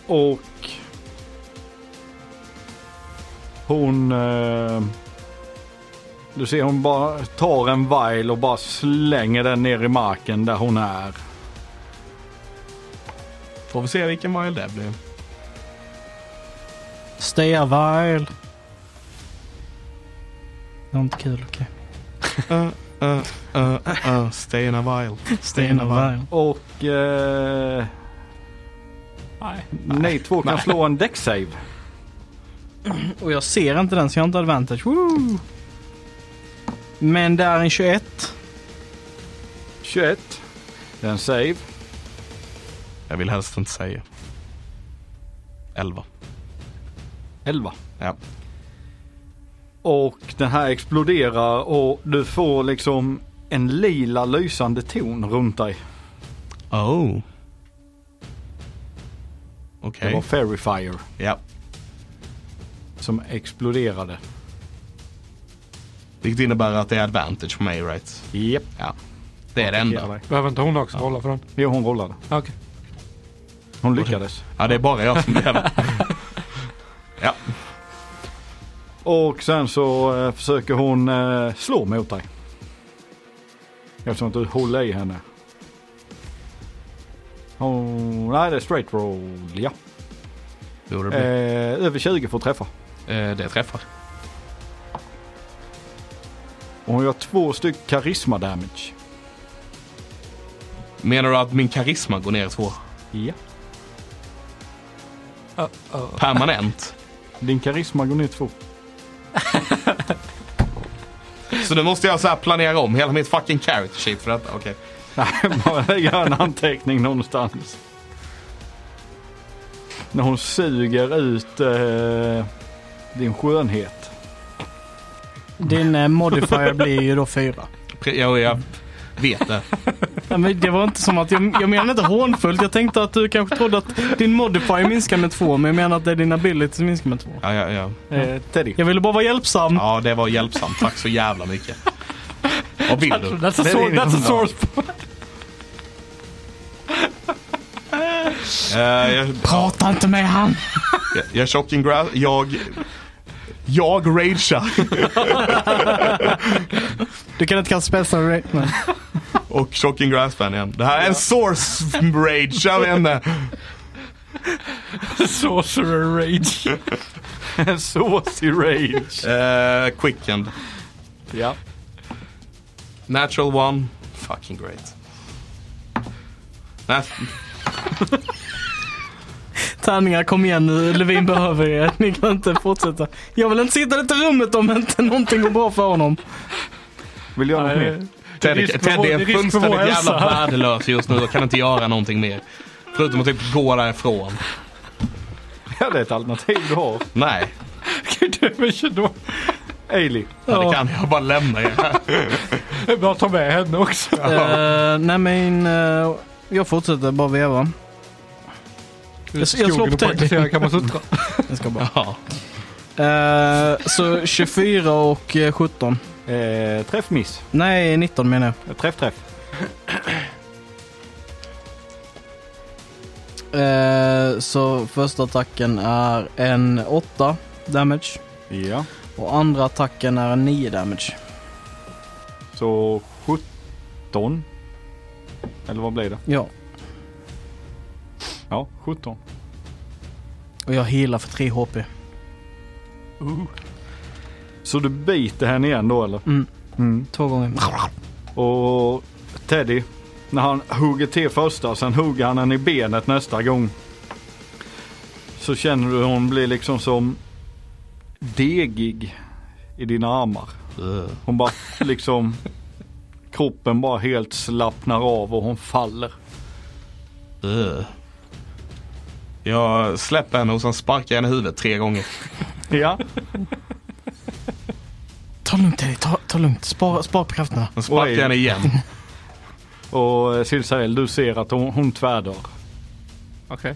S4: Och hon... Eh, du ser hon bara tar en vial och bara slänger den ner i marken där hon är.
S1: Får vi se vilken mile det blir.
S2: Stay a while. Det var inte kul, okej.
S1: Uh, uh, uh, uh, stay in a while.
S2: Stay a while.
S4: Och eh,
S3: Nej.
S4: ni två kan slå en deck save.
S2: Och jag ser inte den så jag har inte advantage. Woo! Men det är en 21.
S4: 21. Det är en save.
S1: Jag vill helst inte säga. 11.
S4: 11.
S1: Ja.
S4: Och den här exploderar och du får liksom en lila lysande ton runt dig.
S1: Oh. Okej.
S4: Det var Fairy Fire
S1: Ja.
S4: som exploderade.
S1: Vilket innebär att det är advantage för mig, right?
S4: Japp.
S1: Ja. Det är det enda.
S3: Behöver inte hon också hålla för den?
S4: Jo, hon rollade.
S3: Ah, Okej.
S4: Hon lyckades.
S1: Ja, det är bara jag som lever. ja.
S4: Och sen så eh, försöker hon eh, slå mot dig. Eftersom att du håller i henne. Hon, nej, det är straight roll, ja.
S1: Det borde det
S4: Eh,
S1: bli.
S4: över 20 får träffa.
S1: Eh, det träffar.
S4: Och hon gör två styck karisma damage.
S1: Menar du att min karisma går ner två?
S4: Ja.
S3: Uh, uh.
S1: Permanent?
S4: Din karisma går ner två.
S1: Så nu måste jag så här planera om hela mitt fucking character sheet för detta. Okej.
S4: Nej, bara lägga en anteckning någonstans. När hon suger ut eh, din skönhet.
S2: Din eh, modifier blir ju då fyra.
S1: Pre- Jag, jag vet det.
S2: Nej, men det var inte som att jag, jag menade inte hånfullt. Jag tänkte att du kanske trodde att din modifier minskar med två, men jag menar att det är din ability som minskar med två.
S1: Ja, ja, ja.
S4: Eh, Teddy.
S2: Jag ville bara vara hjälpsam.
S1: ja, det var hjälpsamt. Tack så jävla mycket. Vad vill
S2: Alltså,
S1: du?
S3: That's, a source, that's a source.
S1: Eh, jag,
S2: Prata inte med han!
S1: jag, jag choking grass. Jag... Jag ragear.
S2: Du kan inte kalla special rate. Nej.
S1: Och Shocking Grassband igen. Det här är en source rage, jag vet inte.
S3: Sorcerer rage.
S4: En sås i rage.
S1: Eh, quickened.
S4: ja.
S1: Natural one. Fucking great. Nat-
S2: Tärningar kom igen nu, Levin behöver er. Ni kan inte fortsätta. Jag vill inte sitta i detta rummet om inte någonting går bra för honom.
S4: Vill du göra något mer?
S1: Teddy,
S3: risk för
S1: Teddy
S3: vår- det är
S1: är
S3: risk för
S1: fullständigt
S3: vår
S1: jävla
S3: hälsa.
S1: värdelös just nu och kan inte göra någonting mer. Förutom att typ gå därifrån.
S4: Ja, det är ett alternativ du har.
S1: Nej,
S3: Gud, det är mycket då.
S4: Ailey.
S1: ja. det kan jag bara lämna er.
S3: Det är bra att ta med henne också.
S2: Eh, nej men, eh, jag fortsätter bara veva. Jag slår
S3: Skogen
S2: på
S3: och
S2: Teddy.
S3: praktisera kan man suttra.
S2: Jag ska bara.
S1: Ja.
S2: Eh, så 24 och eh, 17.
S4: Eh, träff miss.
S2: Nej, 19 menar jag.
S4: Eh, Träff träff.
S2: Eh, så första attacken är en 8 damage.
S4: Ja.
S2: Och andra attacken är en 9 damage.
S4: Så 17. Eller vad blir det?
S2: Ja,
S4: Ja, 17.
S2: och jag healar för 3 HP.
S4: Så du biter henne igen då eller?
S2: Mm,
S4: Mm.
S2: två gånger.
S4: Och Teddy, när han hugger till första, sen hugger han henne i benet nästa gång. Så känner du hon blir liksom som degig i dina armar.
S1: Uh,
S4: Hon bara liksom, kroppen bara helt slappnar av och hon faller.
S1: Ugh. uh. Jag släpper henne och sen sparkar jag henne i huvudet tre gånger.
S4: Ja,
S2: Ta lugnt Teddy, ta, ta lugnt. Spara, spara på krafterna.
S1: Sen sparkar jag henne igen.
S4: och eh, Silsael du ser att hon, hon tvärdör.
S3: Okej.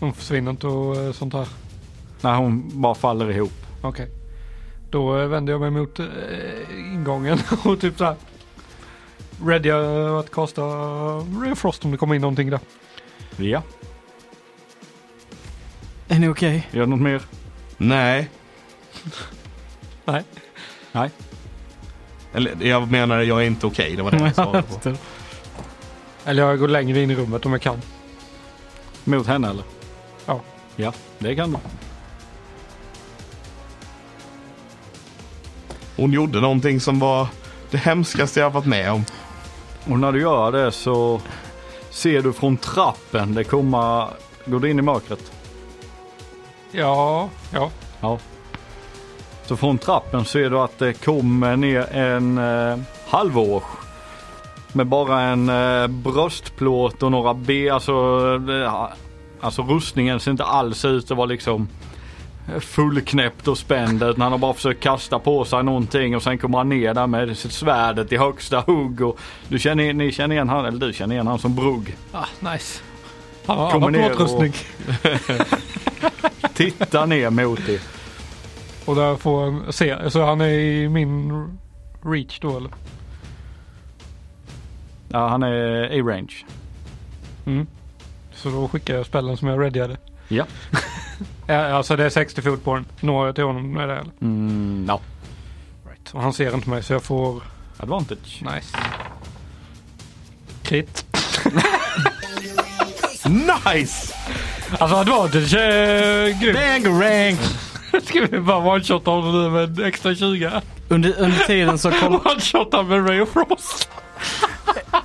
S3: Hon försvinner inte och eh, sånt här.
S4: När hon bara faller ihop.
S3: Okej. Då eh, vänder jag mig mot eh, ingången och typ såhär. Ready eh, att kasta Ray Frost om det kommer in någonting där.
S4: Ja,
S2: Är ni okej?
S4: gör något mer?
S1: Nej,
S3: Nej.
S4: Nej.
S1: eller jag menar jag är inte okej. Det var det jag svarade på.
S3: Eller jag går längre in i rummet om jag kan.
S4: Mot henne eller?
S3: Ja.
S4: Ja, det kan du.
S1: Hon gjorde någonting som var det hemskaste jag har varit med om.
S4: Och när du gör det så ser du från trappen det komma, går du in i mörkret?
S3: Ja, ja.
S4: Ja. Så från trappen ser du att det kommer ner en eh, halvår. Med bara en eh, bröstplåt och några ben. Alltså, eh, alltså rustningen ser inte alls ut att vara liksom fullknäppt och spänd. Utan han har bara försökt kasta på sig någonting och sen kommer han ner där med sitt svärdet i högsta hugg. Och du känner, ni känner igen han, eller du känner igen han som Brugg.
S3: Ah, nice. Han har
S4: Kommer ner
S3: annan utrustning.
S4: Titta ner mot dig.
S3: Och... där får han se. Så han är i min reach då eller?
S4: Ja, han är i range.
S3: Mm. Så då skickar jag spellen som jag readyade.
S4: Ja.
S3: Ja, Alltså det är 60 fot på den. Når jag till honom med det eller?
S4: Mm, ja.
S3: Right. Och han ser inte mig så jag får...
S4: Advantage.
S3: Nice. Krit.
S1: Nice!
S3: Alltså advantage är eh, grymt.
S2: Bang rank!
S3: Ska vi bara one-shotta honom nu med en extra 20?
S2: Under, under tiden så kollar...
S3: One-shotta med Ray of Frost.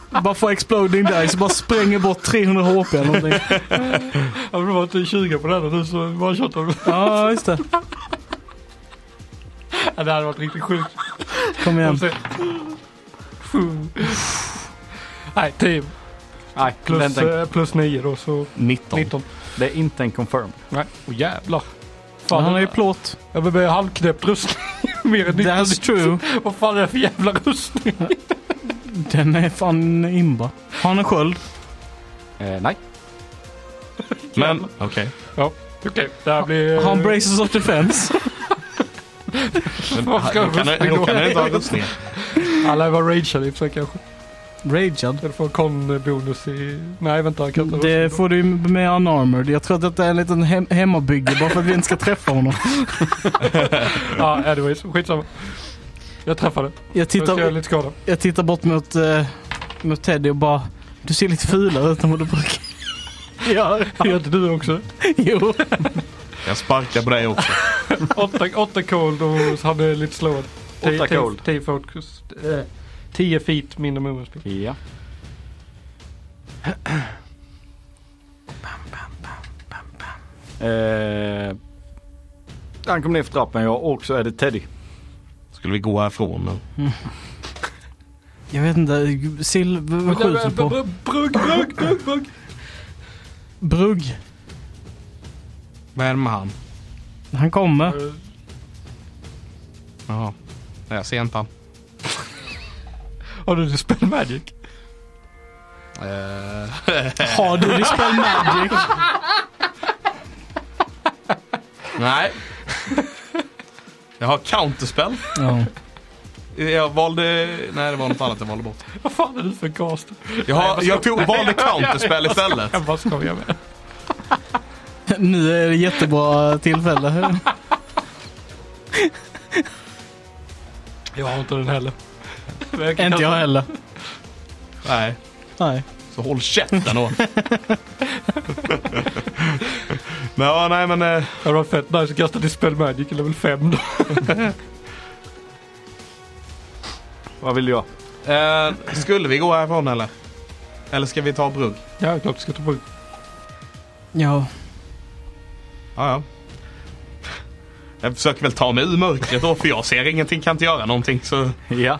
S2: Bara få exploding dice, bara spränger bort 300 HP eller någonting.
S3: Ja, men det var inte 20 på den och nu så bara kört dem.
S2: Ja, just det.
S3: Ja, det hade varit riktigt sjukt.
S2: Kom igen.
S3: Nej, 10
S4: Nej, den,
S3: plus,
S4: den,
S3: eh, plus 9 då så
S1: 19.
S3: 19.
S4: det är inte en confirm.
S3: Nej, åh jävlar. Fan,
S2: Han har ju plåt.
S3: Jag blir halvknäppt rustning. Mer än 19.
S2: That's true.
S3: Vad fan är det för jävla rustning?
S2: Den är fan imba. Har han en sköld?
S4: Eh, nej.
S1: Men okej.
S3: Okej, det här blir...
S2: Har han braces of defense?
S1: Men
S3: Vad
S1: han-
S3: ska
S1: Då kan
S3: jag
S1: han- då kan han inte ha
S3: säga?
S1: rustningar.
S3: Alla var rageade i och för sig kanske.
S2: Ragead.
S3: Eller får con-bonus i... Nej, vänta. jag Kan inte ha
S2: Det
S3: rustning.
S2: får du ju med unarmored. Jag tror att detta är en liten hem hemmabygge bara för att vi inte ska träffa honom.
S3: Ja, anyways. Skitsamma. Jag träffade.
S2: Jag
S3: Titta. Jag är
S2: tittar,
S3: lite skadad.
S2: jag tittar bort mot, eh, mot Teddy och bara, du ser lite fulare ut än vad du brukar.
S3: Ja, gör inte du också?
S2: Jo.
S1: Jag sparkar på dig också.
S3: 8, 8 cold och han är lite slowad. 10
S4: Åtta
S3: tio-
S4: cold.
S3: tio focus. eh, 10 feet mindre movement speed.
S4: Ja. Eh, han kom ner för trappen jag och så är det Teddy.
S1: Skulle vi gå härifrån nu?
S2: Jag vet inte, Sill, v- vad skjuter du på?
S3: Brugg, brugg, brugg, brugg.
S2: Brugg.
S1: Vad är det med han?
S2: Han kommer.
S3: Eh,
S1: Jaha. Nej, Jag ser inte han.
S3: Har du spel magic?
S1: Eh,
S2: Har du dispel magic?
S1: nej. Jag har counterspell.
S2: Ja.
S1: Jag valde... Nej, det var något annat jag valde bort.
S3: Vad fan är du för cast?
S1: Jag, har, jag tog, valde counterspell istället.
S3: Jag bara skojar med.
S2: Nu är det jättebra tillfälle.
S3: Jag har inte den heller.
S2: Inte jag heller.
S1: Nej,
S2: Nej.
S1: så håll käften då. Men, ja, nej, men... eh,
S3: Det hade varit fett nice att kasta till Spell Magic level 5 då.
S4: Vad vill du göra?
S1: Eh, skulle vi gå härifrån eller? Eller ska vi ta brugg?
S3: Ja, klart du ska ta brugg.
S2: Ja.
S1: Ja, ja. Jag försöker väl ta mig ur mörkret då, för jag ser ingenting, kan inte göra någonting. Så,
S4: Ja.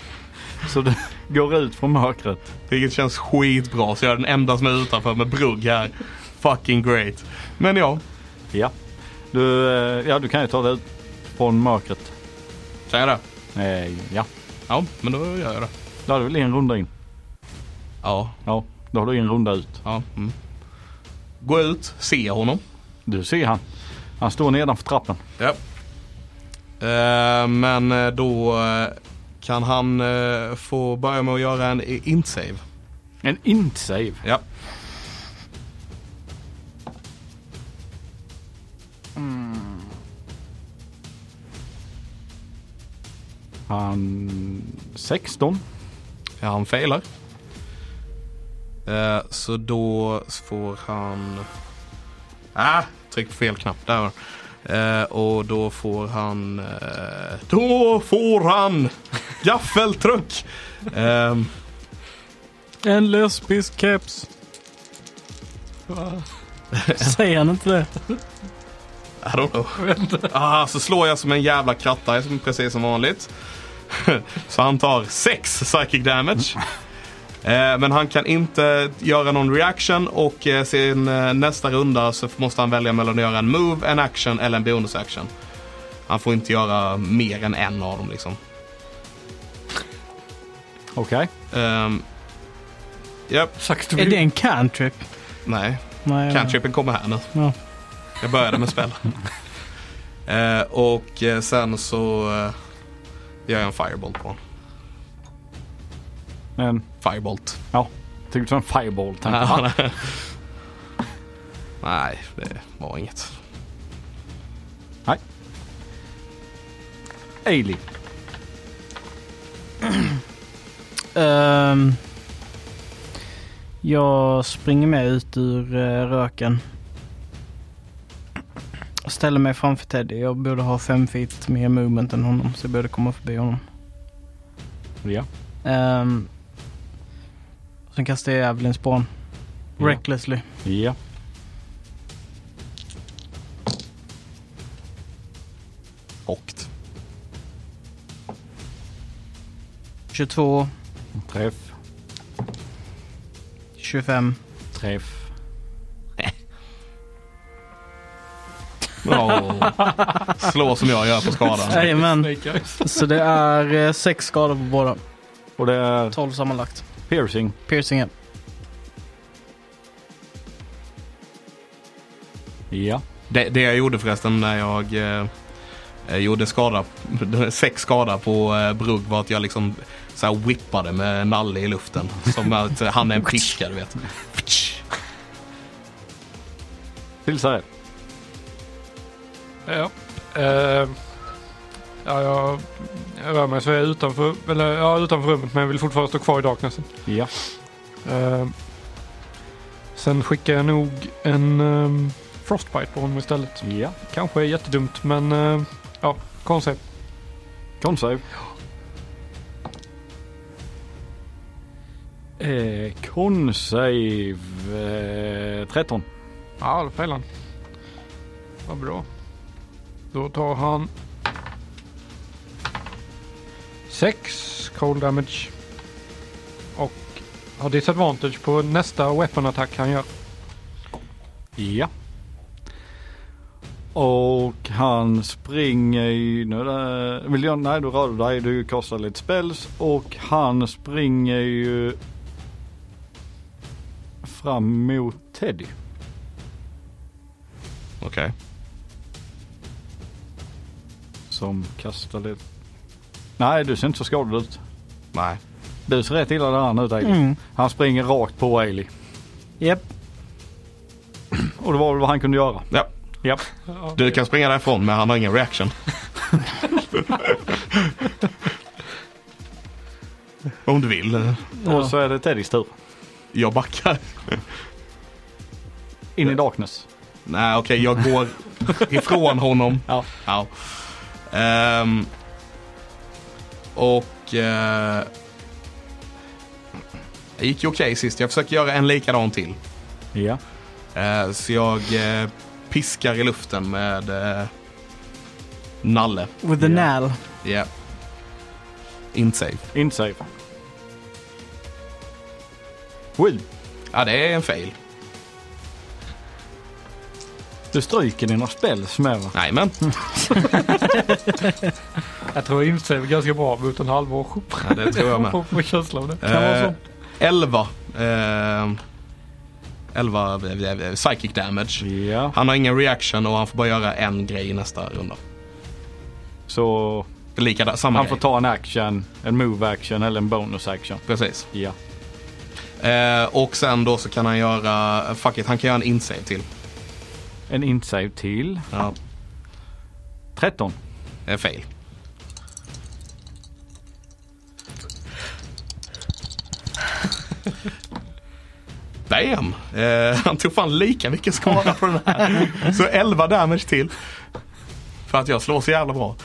S4: Så du går ut från mörkret.
S1: vilket känns skitbra, så jag är den enda som är utanför med brugg här. Fucking great. Men ja,
S4: Ja. Du, eh, ja, du kan ju ta dig ut från mörkret.
S1: kan jag det?
S4: Eh, ja.
S1: Ja, men då gör jag det.
S4: Då har du väl en runda in.
S1: Ja,
S4: Ja, då har du en runda ut.
S1: ja. Mm. Gå ut, se honom.
S4: Du ser han. Han står nedanför trappen.
S1: Ja. Eh, men eh, då eh, kan han eh, få börja med att göra en i- int-save.
S4: En int save.
S1: Ja.
S4: Han 16.
S1: Ja, han failar. Eh, så då får han... Ah, tryck på fel knapp. Där var den. eh, Och då får han... Eh, då får han gaffeltruck! Ehm,
S2: En lesbisk keps. Säger han inte det?
S1: I don't know. Ah, så slår jag som en jävla kratta, som precis som vanligt. så han tar 6 psychic damage. Eh, Men han kan inte göra någon reaction och eh, sin eh, nästa runda så måste han välja mellan att göra en move, en action eller en bonus action. Han får inte göra mer än en av dem liksom.
S4: Okej.
S1: Ehm, Japp,
S3: Sax du
S2: Är det
S3: vill.
S2: en cantrip?
S1: nej.
S2: Nej.
S1: Cantripen kommer här nu.
S2: Ja.
S1: Jag började med spel. eh, och eh, sen så eh, gör jag en firebolt på honom.
S4: Men
S1: Firebolt.
S4: ja, tyckte det var en fireball. Tänkte, jag.
S1: Nej, nej. nej, det var inget.
S4: Ailey.
S2: Ehm, jag springer med ut ur eh, röken. Och ställer mig framför Teddy. Jag borde ha fem feet mer movement än honom så jag borde komma förbi honom.
S4: Ja.
S2: Ehm, Den kastar djävulens barn.
S4: Ja.
S2: Recklessly.
S4: Ja.
S1: Okt.
S2: 22,
S4: Träff.
S2: 25.
S4: Träff.
S1: Oh. Slå som jag gör på skadan.
S2: Jajamän.
S3: Snake eyes.
S2: Så det är eh, sex skador på båda.
S4: Och det är
S2: 12 sammanlagt.
S4: piercing.
S2: Piercingen.
S4: Ja.
S1: Det, det jag gjorde förresten när jag eh, eh, gjorde skada, sex skada på eh, Brugg var att jag liksom så här whippade med en nalle i luften. Som att eh, han är en piska, du vet.
S4: Pilsare.
S3: Ja. Eh, ja, jag jag rör mig så jag är utanför, eller, ja, utanför rummet men jag vill fortfarande stå kvar i darknessen.
S4: Ja.
S3: Eh, sen skickar jag nog en eh, frostbite på honom istället.
S4: Ja.
S3: Kanske är jättedumt men eh, ja, koncept.
S4: Consave. Eh, consave. Eh, 13.
S3: Ja, då fäller han. Vad bra. Då tar han 6 cold damage. Och har disadvantage på nästa weapon-attack han gör.
S4: Ja. Och han springer ju, nu är det, vill jag, nej du rörde dig, du kastar lite spells och han springer ju fram mot Teddy.
S1: Okej.
S4: Som kastar lite. Nej du ser inte så skadad ut.
S1: Nej.
S4: Du ser rätt illa däran ut Ailey.
S2: Mm.
S4: Han springer rakt på Ailey.
S2: Japp.
S4: Och det var väl vad han kunde göra.
S1: Ja.
S4: Ja.
S3: Ja,
S1: Du kan springa därifrån men han har ingen reaction. Om du vill.
S4: Och så är det Teddys tur.
S1: Jag backar.
S4: In i darkness.
S1: Nej okej, jag går ifrån honom.
S4: Ja.
S1: Ja. Ehm, och... eh, det gick ju okej sist. Jag försöker göra en likadan till.
S4: Ja.
S1: Eh, så jag eh, piskar i luften med eh, nalle.
S2: With the
S4: Ja.
S2: nail.
S1: Ja. Yeah. Inte safe.
S4: Inte safe. Will.
S1: Ja, det är en fail.
S4: Du stryker dina spells med va?
S1: Nej men.
S3: jag tror jag inser ganska bra mot en halvår.
S1: Ja, det tror jag
S3: Jag
S1: med.
S3: får- får känslan av det. Kan vara
S1: Eh,
S3: så.
S1: 11. Eh, 11 eh, eh, psychic damage.
S4: Ja.
S1: Han har ingen reaction och han får bara göra en grej i nästa runda.
S4: Så
S1: Likadant, samma
S4: han får
S1: grej.
S4: ta en action, en move action eller en bonus action.
S1: Precis.
S4: Ja.
S1: Eh, och sen då så kan han göra, fuck it, han kan göra en insave till.
S4: En insave till.
S1: Ja,
S4: 13.
S1: eh, fail. Damn! Eh, han tog fan lika mycket skada på den här. Så 11 damage till. För att jag slår så jävla bra.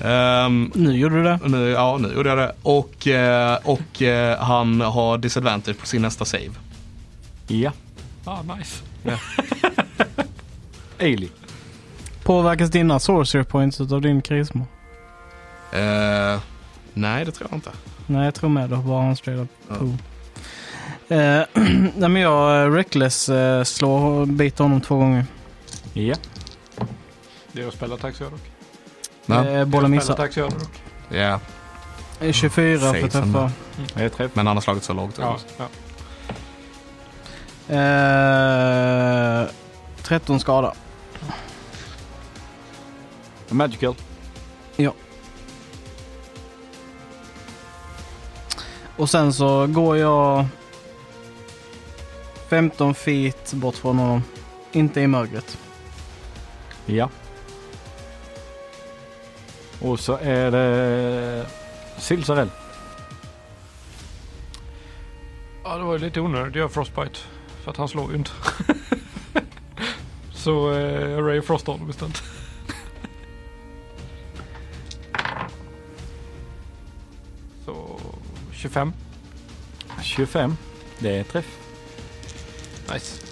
S1: Ehm,
S2: Nu gjorde du det.
S1: nu, ja, nu gjorde jag det. Och, eh, och eh, han har disadvantage på sin nästa save.
S4: Ja.
S3: Ah, nice.
S4: Ailey.
S2: Påverkas dina sorcery points av din karisma?
S1: Eh, nej, det tror jag inte.
S2: Nej, jag tror med det. Bara en straight up
S1: Ja.
S2: prov. Eh, nej, men jag eh, reckless eh, slår och biter honom två gånger.
S4: Ja.
S3: Det är att spela taxi jag dock.
S1: Nej.
S2: Eh, Bollen
S3: Spela
S2: missar.
S3: taxi jag dock.
S1: Ja,
S2: Eh, 24 för
S1: Säg
S2: att
S1: som
S2: träffa.
S4: Jag träffar.
S1: men han har slagit så lågt.
S3: Ja, ja.
S2: Eh, 13 skada.
S4: Magical.
S2: Och sen så går jag 15 feet bort från honom. Inte i mörkret.
S4: Ja. Och så är det Silsarell.
S3: ja, det var ju lite onödigt att göra frostbite. För att han slår ju inte. så eh, jag Ray Frost honom istället. så 25.
S4: 25. Det är träff.
S3: Nice.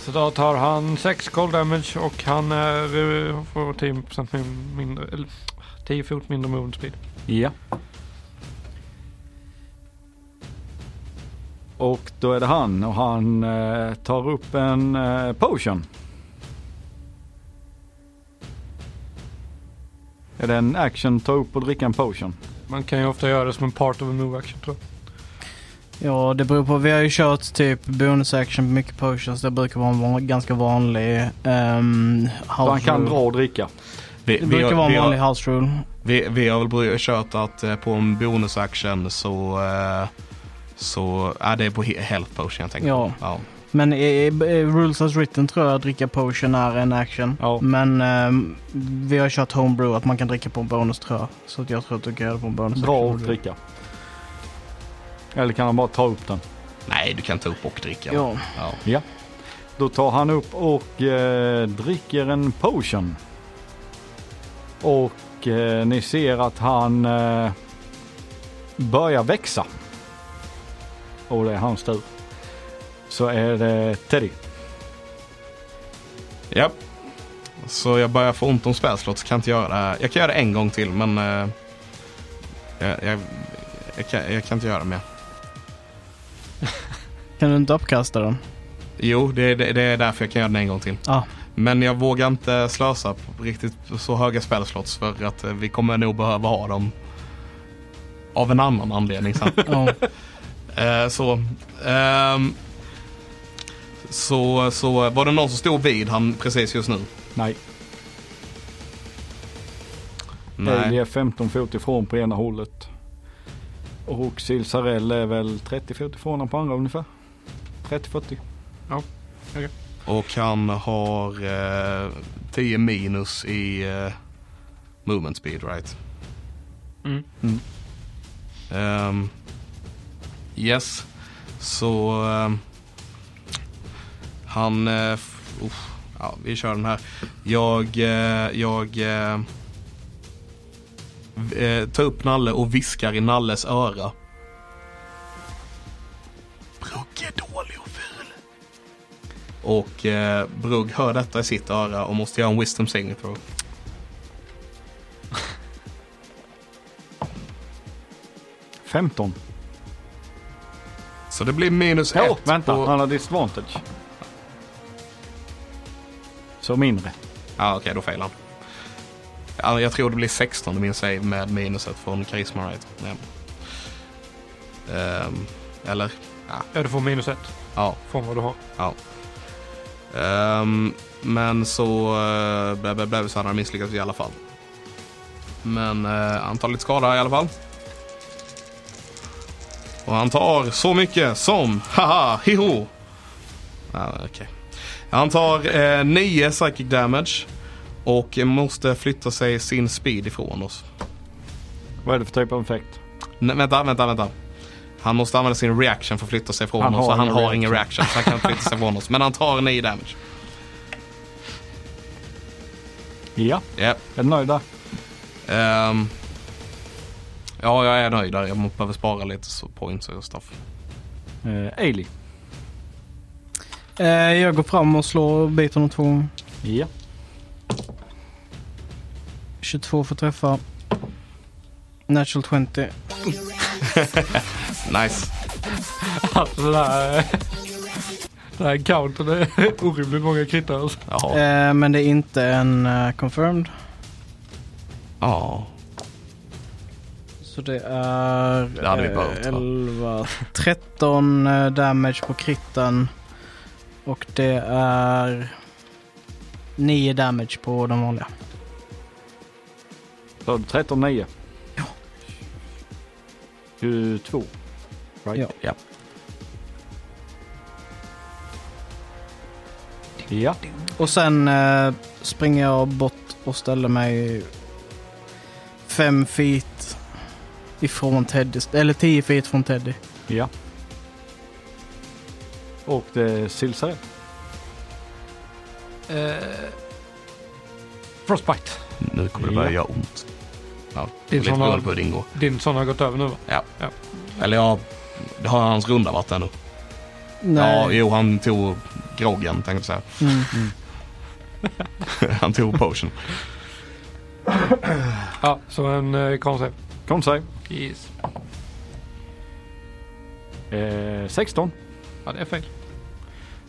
S3: Så då tar han 6 cold damage och han är, eh, får 10% min- mindre, eller 10 fot mindre movement speed.
S4: Ja. Och då är det han och han eh, tar upp en eh, potion. Är det en action? Ta upp och dricka en potion.
S3: Man kan ju ofta göra det som en part of a move action tror jag.
S2: Ja, det beror på. Vi har ju kört typ bonus action på mycket potions. Det brukar vara en van, ganska vanlig um,
S4: Så han
S2: house
S4: kan
S2: rule.
S4: dra och dricka.
S1: Vi,
S2: Det
S1: vi,
S2: brukar
S1: har-
S2: vara
S1: vi,
S2: en vanlig
S1: har,
S2: house rule.
S1: vi, vi har väl bry- kört att eh, på en bonusaction så, eh, så, ja det är på he- health potion jag tänker
S2: Ja.
S1: på. Ja.
S2: Men i, i, i Rules as written tror jag att dricka potion är en action.
S4: Ja.
S2: Men ehm, vi har kört homebrew att man kan dricka på en bonus tror jag. Så att jag tror att du kan göra det på en bonus
S4: Dra och
S2: action.
S4: dricka. Eller kan han bara ta upp den?
S1: Nej, du kan ta upp och dricka.
S2: Ja.
S1: Ja.
S4: Då tar han upp och eh, dricker en potion. Och eh, ni ser att han eh, börjar växa. Och det är hans tur. Så är det Teddy.
S1: Ja. Så jag börjar få ont om spelslott så kan jag inte göra det här. Jag kan göra det en gång till men eh, jag, jag, jag, kan, jag kan inte göra det mer.
S2: Kan du inte uppkasta den?
S1: Jo, det, är- det, det är därför jag kan göra den en gång till.
S2: Ah.
S1: Men jag vågar inte slösa på riktigt så höga spelslott för att eh, vi kommer nog behöva ha dem av en annan anledning sen.
S2: Ja.
S1: Eh, så. ehm, så, så var det någon som stod vid han precis just nu?
S4: Nej, Teddy
S1: Nej.
S4: är 15 fot ifrån på ena hållet. Och Silsarell är väl 30 fot ifrån honom på andra ungefär. 30-40.
S1: Och han har eh, 10 minus i eh, movement speed right?
S3: Mm.
S4: Mm.
S1: Ehm, yes. Så ehm, han... eh, f- uff, ja, vi kör den här. Jag, eh, jag eh, v- eh, tar upp Nalle och viskar i Nalles öra. Brugg är dålig och ful. Och eh, Brugg hör detta i sitt öra och måste göra en wisdom saving throw.
S4: femton.
S1: Så det blir minus
S4: Ja,
S1: ett
S4: vänta,
S1: på...
S4: han har disadvantage. Så mindre.
S1: Ja, okej, då failar han. Ja, Jag tror det blir 16 i min save med minuset från Charisma Right. Ja. Ehm, eller?
S3: Ja, du får minus ett
S1: Ja.
S3: från vad du har.
S1: Ehm, men så... eh, Blä, blä, blä, så hade han misslyckats i alla fall. Men eh, han tar lite skada i alla fall. Och han tar så mycket som... Haha, hiho! Ja, okej. Han tar eh, 9 psychic damage. Och måste flytta sig sin speed ifrån oss.
S4: Vad är det för typ av effekt?
S1: Nej, vänta, vänta, vänta. Han måste använda sin reaction för att flytta sig från
S4: Han
S1: oss.
S4: har
S1: så han
S4: ingen
S1: har ingen reaction. Så han kan inte flytta sig från oss. Men han tar 9 damage.
S4: Ja,
S1: Japp.
S4: är du nöjd där?
S1: Ehm, ja, jag är nöjd där. Jag må- behöver spara lite så- points och stuff.
S4: Eh, Ailey.
S2: Eh, jag går fram och slår och biter honom två gånger.
S4: Ja.
S2: 22 får träffa. Natural 20.
S1: Nice.
S3: Alltså den här, den här countern är orimligt många kritar alltså.
S1: Jaha.
S2: Eh, men det är inte en eh, confirmed.
S1: Ja.
S2: Så det är
S1: Det hade vi behövt, va?
S2: 11, 13 eh, damage på kritten. Och det är 9 damage på de vanliga.
S4: Så har du 13 9. Ja. 22. Right?
S2: Ja.
S1: Ja.
S4: Ja.
S2: Och sen eh, springer jag bort och ställer mig 5 feet ifrån Teddy. Eller 10 feet från Teddy.
S4: Ja. Och det är Silsarell.
S3: Eh, frostbite.
S1: Nu kommer det börja
S4: Ja.
S1: göra ont. Ja,
S3: Det är
S1: lite
S3: såna-
S1: gulpudding går.
S3: Din sån har gått över nu va?
S1: Eller ja, Det har hans runda varit ännu. Ja,
S2: Nej.
S1: jo, han tog groggen tänkte jag säga.
S2: Mm.
S1: Han tog potion.
S3: Ja, som en eh, koncept.
S4: Kom sig.
S3: Yes.
S4: Eh, 16.
S3: Ja, det är fel.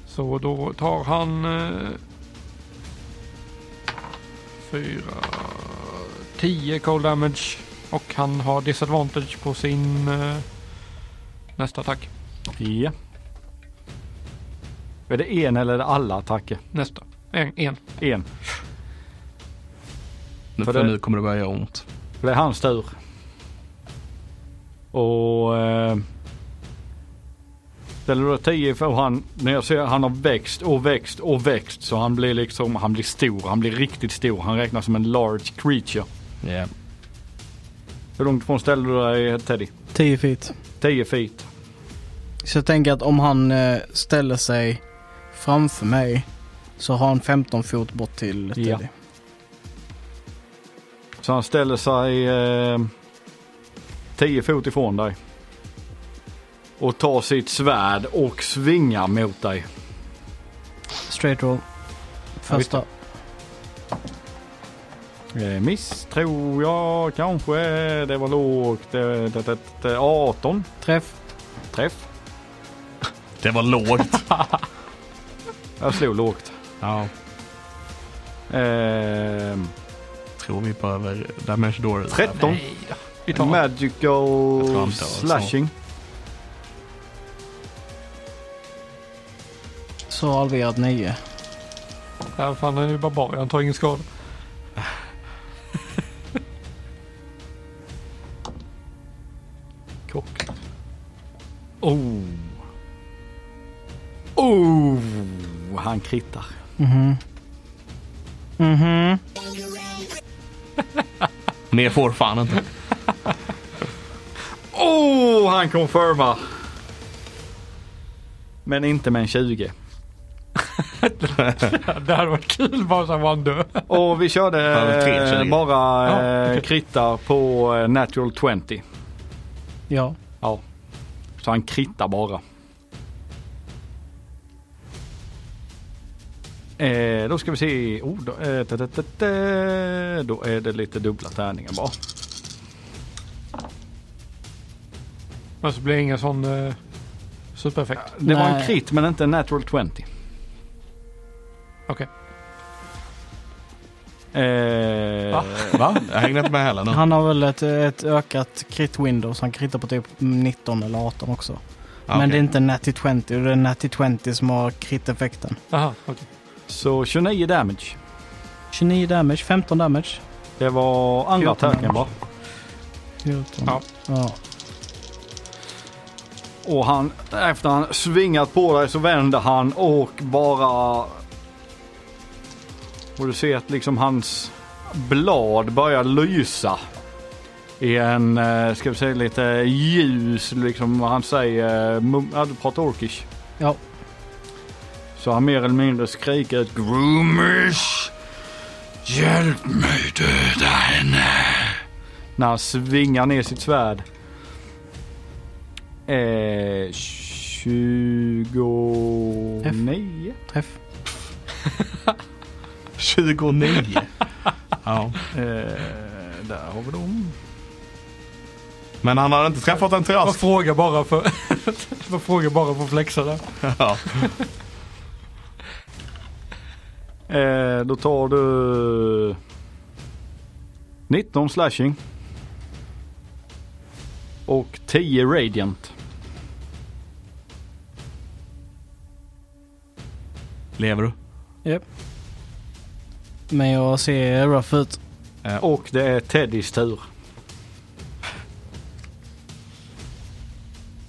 S3: Så då tar han... Eh, fyra... Tio cold damage. Och han har disadvantage på sin eh, nästa attack.
S4: Ja. Är det en eller är det alla attacker?
S3: Nästa. En. en.
S4: En.
S1: Nu,
S4: För
S1: för
S4: det-
S1: nu kommer det börja göra ont.
S4: För Det är hans tur. Och... Eh, ställer du 10 får han, när jag ser han har växt och växt och växt så han blir liksom, han blir stor, han blir riktigt stor. Han räknas som en large creature.
S1: Ja.
S4: Hur långt ifrån ställer du dig Teddy?
S2: 10 feet.
S4: 10 feet.
S2: Så jag tänker att om han eh, ställer sig framför mig så har han 15 fot bort till Teddy.
S4: Ja. Så han ställer sig eh, 10 fot ifrån dig. Och tar sitt svärd och svingar mot dig.
S2: Straight roll. Första.
S4: Eh, Miss tror jag kanske. Det var lågt. Eh, Det, det, det, det, 18
S2: Träff.
S4: träff.
S1: Det var lågt.
S4: Jag slog lågt.
S1: ja.
S4: Eh,
S1: Tror vi på över Damage Door.
S4: 13
S3: Nej då. Vi tar Med.
S4: magical
S1: Jag tror han dör
S4: slashing.
S2: Så halverat 9.
S3: Ja, fan, han är ju barbar. Han tar ingen skada.
S4: Kock. Oh. Oh, han krittar.
S2: Mhm. Mhm.
S1: Mer får fan inte.
S4: Oh, han confirmar. Men inte med en 20.
S3: det hade varit kul bara så här var han död.
S4: Och vi körde
S1: Över tre
S4: eh,
S1: 20.
S4: bara
S3: Ja,
S4: eh,
S3: okej.
S4: krittar på eh, natural 20.
S2: Ja.
S4: Ja. Så han krittar bara. Eh, då ska vi se. Oh, då, eh, ta, ta, ta, ta. då är det lite dubbla tärningar bara.
S3: Men så blir det ingen sån eh, supereffekt.
S4: Det var en
S2: Nej.
S4: krit men inte en natural 20.
S3: Okej.
S4: Eh,
S3: Va?
S1: Va? Jag hängde inte med heller nu.
S2: Han har väl ett, ett ökat crit window så han kritar på typ 19 eller 18 också.
S1: Ja,
S2: Men det
S1: okej.
S2: är inte natty 20 det är natty 20 som har crit-effekten.
S3: Aha, okej.
S4: Så 29 damage.
S2: 29 damage, 15 damage.
S4: Det var andra
S2: 14
S4: attacken bara.
S2: damage. 14.
S3: Ja.
S2: ja.
S4: Och han, efter han svingat på dig så vänder han och bara... Och du ser att liksom hans blad börjar lysa. I en, eh, ska vi säga lite ljus, liksom vad han säger. eh, mum- Ja, du pratar orkish.
S2: Ja.
S4: Så han mer eller mindre skriker ett Groomers! Hjälp mig döda henne! När han svingar ner sitt svärd. Eh, 29.
S2: Träff.
S1: 29. ja.
S4: Eh, där har vi dem.
S1: Men han hade inte träffat en
S3: Man
S1: trask.
S3: frågar bara för man frågar bara för att flexa där.
S1: Ja.
S4: Eh, då tar du 19 slashing. Och 10 radiant.
S1: Lever du?
S2: Men jag ser rough ut.
S4: Och det är Teddys tur.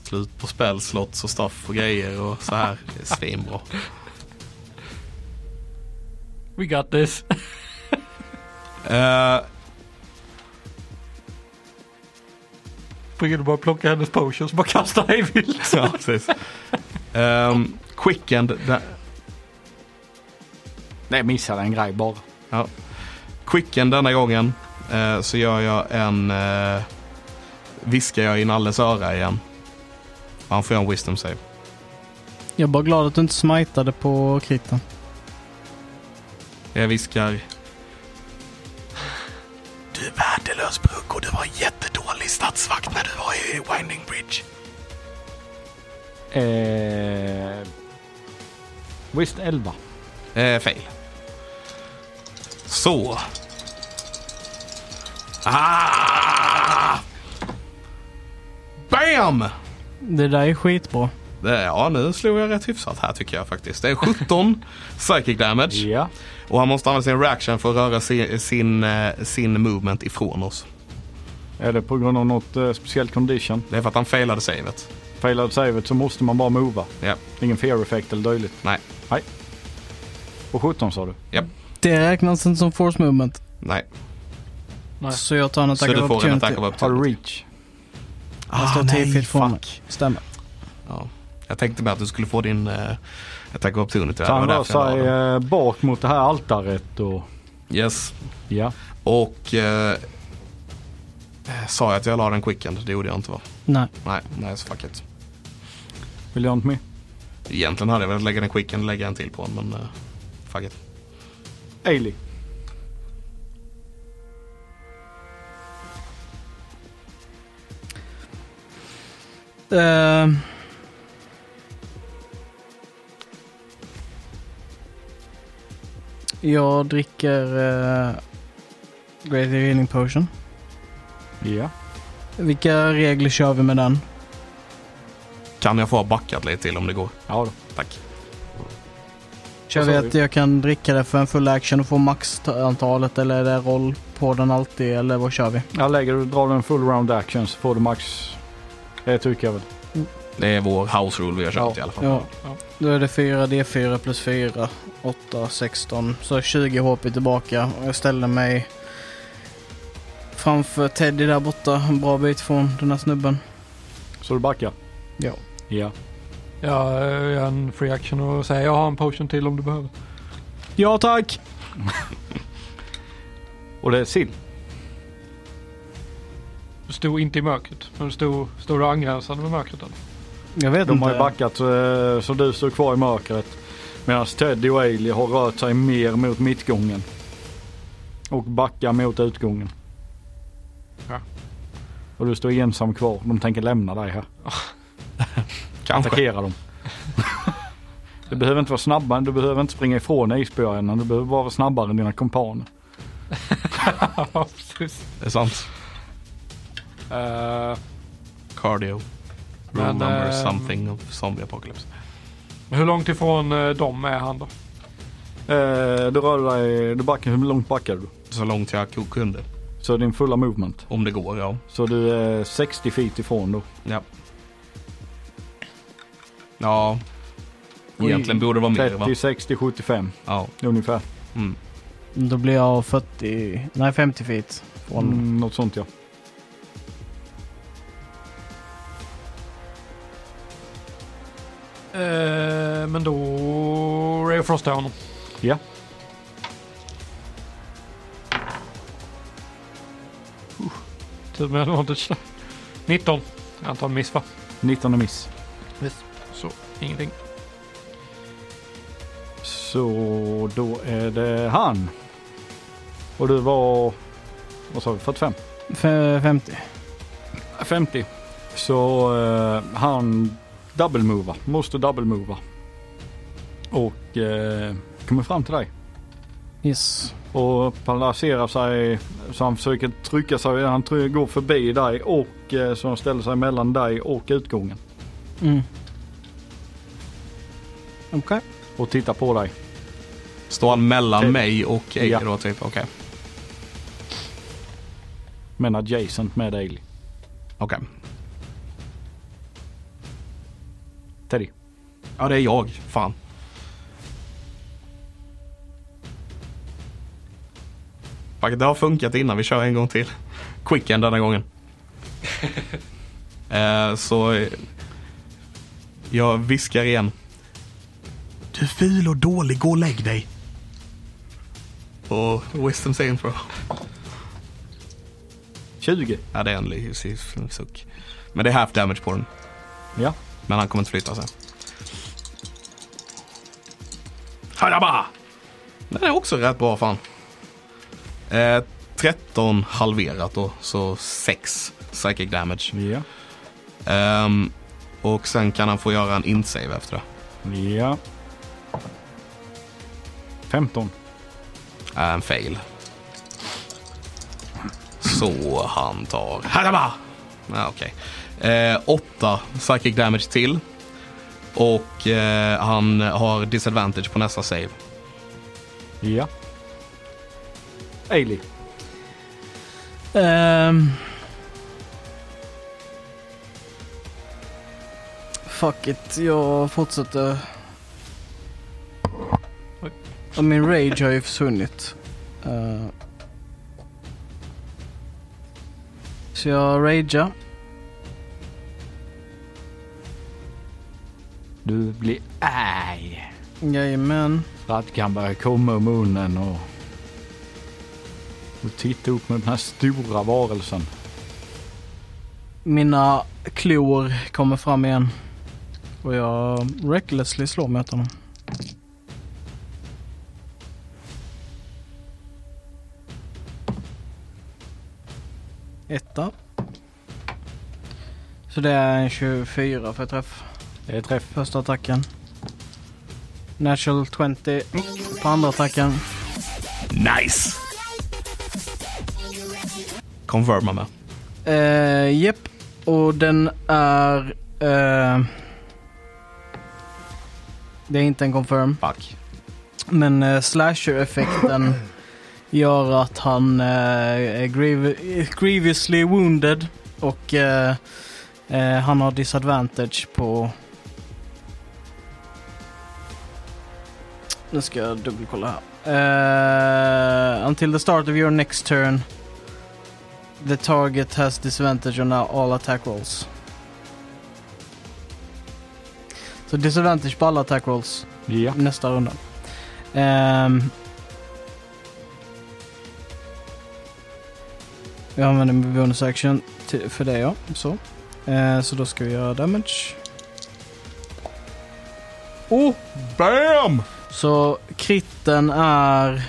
S1: Slut på spel, slots och staff och grejer och så här. Det är svinbra.
S3: We got this.
S1: Eh,
S3: Springer du bara och plockar hennes potions och bara kastar hej vilt.
S1: ja, precis. Um, quickened, da-
S4: Nej, missade en grej bara.
S1: quickened denna gången eh, så gör jag en... eh, viskar jag i Nalles öra igen. Han får göra en wisdom save.
S2: Jag är bara glad att du inte smitade på kritten.
S1: Jag viskar. Du är värdelös Brugg och du var jättedålig stadsvakt när du var i Winding Bridge.
S5: Eh, visst 11.
S1: Eh, fail. Så. Ah! Bam!
S2: Det där är skitbra.
S1: Det- Ja, nu slog jag rätt hyfsat här tycker jag faktiskt. Det är 17 psychic damage.
S5: Ja.
S1: Och han måste använda sin reaction för att röra sin, sin, eh, sin movement ifrån oss.
S4: Är det på grund av något eh, speciellt condition?
S1: Det är för att han failade savet.
S4: Failad savet så måste man bara mova.
S1: Ja,
S4: Ingen fear effect eller dylikt.
S1: nej,
S4: Och 17 sa du?
S2: Det räknas inte som force movement.
S1: nej.
S3: Nej.
S2: Så jag tar en
S1: Så
S2: attack
S1: du
S2: of
S1: får en
S2: opportunity.
S1: attack av
S4: Har du
S1: opportunity.
S4: reach?
S2: Han
S4: Ah,
S2: står 10 feet från mig. Stämmer.
S1: Ja. Jag tänkte bara att du skulle få din uh, attack of opportunity.
S4: Så
S1: Det var
S4: han rör
S1: därför jag la
S4: sig
S1: den.
S4: eh, bak mot det här altaret och...
S1: Yes.
S4: Ja.
S1: Och eh, sa jag att jag la den quickend? Det gjorde jag inte va?
S2: Nej.
S1: Nej, nej så fuck it.
S4: Vill jag inte med?
S1: Egentligen hade jag velat lägga den quickend och lägga en till på honom men eh, fuck it.
S4: Ailey.
S2: Ehm. jag dricker uh, Great Healing Potion.
S4: Ja.
S2: Vilka regler kör vi med den?
S1: Kan jag få ha backat lite till om det går?
S4: Ja då.
S1: Tack.
S2: Kör
S4: Vad
S2: vi
S4: sa
S2: att jag kan dricka det för en full action och få maxantalet eller är det roll på den alltid eller vad kör vi?
S4: Jag lägger du drar en full round action så får du max... Det tycker jag väl.
S1: Det är vår house rule vi har kört i alla fall.
S2: Ja.
S3: Ja.
S2: Då är det 4 D4 plus 4, 8, 16. Så 20 HP tillbaka och jag ställer mig framför Teddy där borta, en bra bit från den här snubben.
S4: Så du backar?
S2: Ja.
S4: Ja.
S3: Ja, jag gör en free action och säger jag har en potion till om du behöver.
S2: Ja tack!
S4: Och det är sill?
S3: Du stod inte i mörkret, men du stod, stod du angränsande med mörkret? Eller?
S2: Jag vet
S4: De
S2: inte.
S4: har ju backat eh, så du står kvar i mörkret. Medan Teddy och Ailey har rört sig mer mot mittgången. Och backar mot utgången.
S3: Ja.
S4: Och du står ensam kvar. De tänker lämna dig här.
S1: Kanske.
S4: Attackera dem. du behöver inte vara snabbare. Du behöver inte springa ifrån isbjörnen. Du behöver bara vara snabbare än dina kompaner.
S3: Ja, precis.
S1: Det är sant.
S3: Eh,
S1: Cardio. Rule
S3: Men,
S1: number
S3: ehm,
S1: something of zombie apocalypse.
S3: hur långt ifrån eh, dem är han då?
S4: Eh, du rör dig. Du backar. Hur långt backar du?
S1: Så långt jag ko- kunde.
S4: Så din fulla movement.
S1: Om det går ja.
S4: Så du är 60 feet ifrån då.
S1: Ja. Ja. Egentligen borde det vara mer va?
S4: 30, 60, 75
S1: Ja.
S4: ungefär.
S1: Mm.
S2: Då blir jag 40, nej 50 feet från
S4: Mm, något sånt ja.
S3: Eh, men då Ray Frostar honom.
S4: Ja.
S3: Uh, Tur med advantage där. 19. Antar en miss va?
S4: 19 miss.
S3: Så ingenting.
S4: Så då är det han. Och du var, vad sa vi, 45?
S2: fe- 50.
S4: 50. Så eh, han double-movar, måste double-mova. Och eh, kommer fram till dig.
S2: Yes.
S4: Och placerar sig, så han försöker trycka sig, han try- går förbi dig och eh, så han ställer sig mellan dig och utgången.
S2: Mm. Okej.
S4: Och tittar på dig.
S1: Står han mellan
S4: Typ.
S1: mig och Eiger
S4: Ja.
S1: då typ? Okej.
S4: Men adjacent med dig.
S1: Okej.
S4: Teddy.
S1: Ja det är jag. Fan. Fuck, Det har funkat innan. Vi kör en gång till. Quicken denna gången. eh, så eh, jag viskar igen. Du ful och dålig, gå och lägg dig. Och wisdom saving throw.
S4: 20.
S1: Ja, det är en ly- suck. Men det är half damage på den.
S4: Ja.
S1: Men han kommer inte flytta sig. Hadaba! Den är också rätt bra fan. Eh, 13 halverat då, så 6 psychic damage.
S5: Ja.
S1: Ehm, och sen kan han få göra en insave efter det.
S5: Ja. 15.
S1: Är Eh, en fail. Så han tar... Hadaba! Ja, okej. Eh, åtta psychic damage till. Och eh, han har disadvantage på nästa save.
S5: Ja. Ailey.
S2: Ehm. fuck it, jag fortsätter.
S3: Oj.
S2: Och min rage har ju försvunnit. Eh. så jag ragear.
S5: Du blir arg.
S2: Jajamän.
S5: Radkan börjar komma ur munnen och... Och titta upp mot den här stora varelsen.
S2: Mina klor kommer fram igen. Och jag recklessly slår mot honom. Etta. Så det är en 24 för träff.
S5: Det är träff.
S2: Första attacken. Natural 20 på andra attacken.
S1: Nice! Confirma med.
S2: Eh, Jep. Och den är... eh, det är inte en confirm.
S1: Fuck.
S2: Men eh, slasher-effekten gör att han eh, är griev- grievously wounded och eh, eh, han har disadvantage på... Nu ska jag dubbelkolla här. Eh, until the start of your next turn the target has disadvantage on all attack rolls. Så disadvantage på alla attack rolls
S5: Ja.
S2: nästa runda. Ehm. jag använder min bonus action till, för det ja. Så. Eh, så då ska vi göra damage. Oh!
S1: BAM!
S2: Så kritten är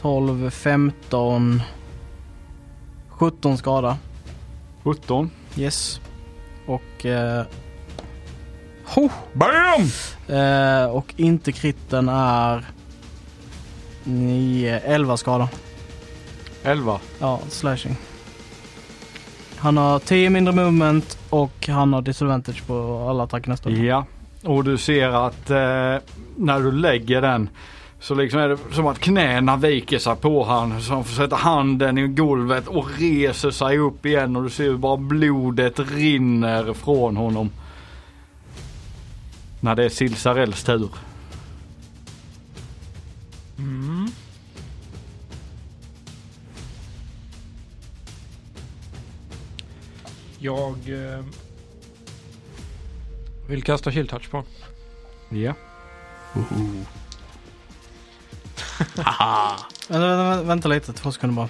S2: 12, 15, 17 skada.
S5: 17.
S2: Yes. Och... Eh, ho!
S1: BAM!
S2: Eh, och inte kritten är 9, 11 skada.
S5: 11.
S2: Ja, slashing. Han har 10 mindre movement och han har disadvantage på alla attacker nästa
S4: Mm.
S2: gång.
S5: Ja.
S4: Och du ser att eh, när du lägger den så liksom är det som att knäna viker sig på han. Så han får sätta handen i golvet och reser sig upp igen och du ser hur bara blodet rinner från honom. När det är Silsarells tur.
S3: Mm. Jag eh, vill kasta chill touch på.
S5: Ja.
S2: Vänta, vänta, vänta lite, två sekunder bara.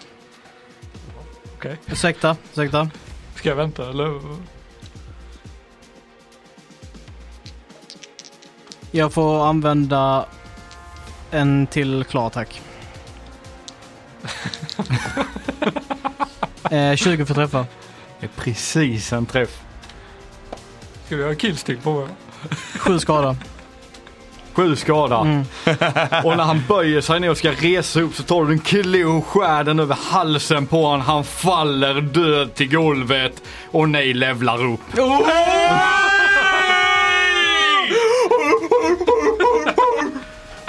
S3: Okej.
S2: Ursäkta, ursäkta.
S3: Ska jag vänta eller?
S2: Jag får använda en till klar attack. eh, 20 för träffa.
S5: Det är precis en träff.
S3: Ska vi göra killstil på mig?
S2: 7 skada.
S4: Sju skada.
S2: Mm.
S4: Och när han böjer sig ner och ska resa upp så tar du en klo och skär den över halsen på honom. Han faller död till golvet och ni levlar upp.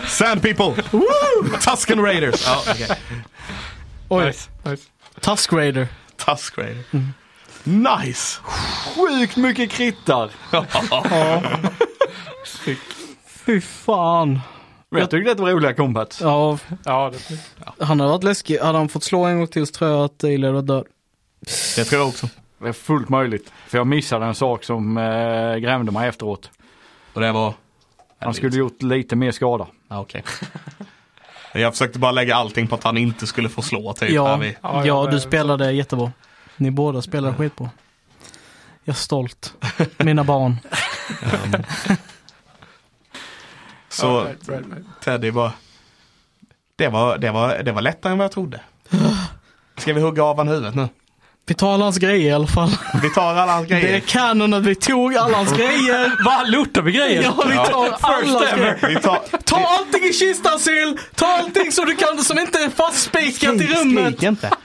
S1: Sand people! Tusken Raiders! Ja, okej.
S2: Oj,
S3: Nice. nice.
S2: Tusk Raider.
S1: Tusk Raiders. Nice!
S4: Sjukt mycket krittar.
S2: Fy fan.
S4: Men jag tyckte det var roliga combats.
S2: Ja,
S3: Ja, det,
S2: han hade varit läskig. Hade han fått slå en gång till så tror jag att Ailey var död.
S1: Det tror jag också.
S4: Det är fullt möjligt. För jag missade en sak som eh, grämde mig efteråt.
S1: Och det var...
S4: Han skulle gjort lite mer skada.
S1: Ja, okej. Jag försökte bara lägga allting på att han inte skulle få slå typ.
S2: Ja,
S1: Här vi...
S2: ja,
S3: Ja, jag-
S2: du spelade jättebra. Ni båda spelade skitbra. Jag är stolt. Mina barn.
S1: Um. Så
S3: Right, right, right.
S1: Teddy bara, det var, det, var, det var lättare än vad jag trodde. Ska vi hugga av han huvudet nu?
S2: Vi tar alla hans grejer i alla fall.
S1: Vi tar alla hans
S2: Det är
S1: grejer.
S2: kanon att vi tog alla hans grejer.
S3: Va, lootar vi grejer?
S2: Ja, vi tar alla hans grejer.
S1: Vi tar,
S2: Ta allting i kistan Syl! Ta allting som du kan som inte är fastspikat i rummet.
S1: skrik inte.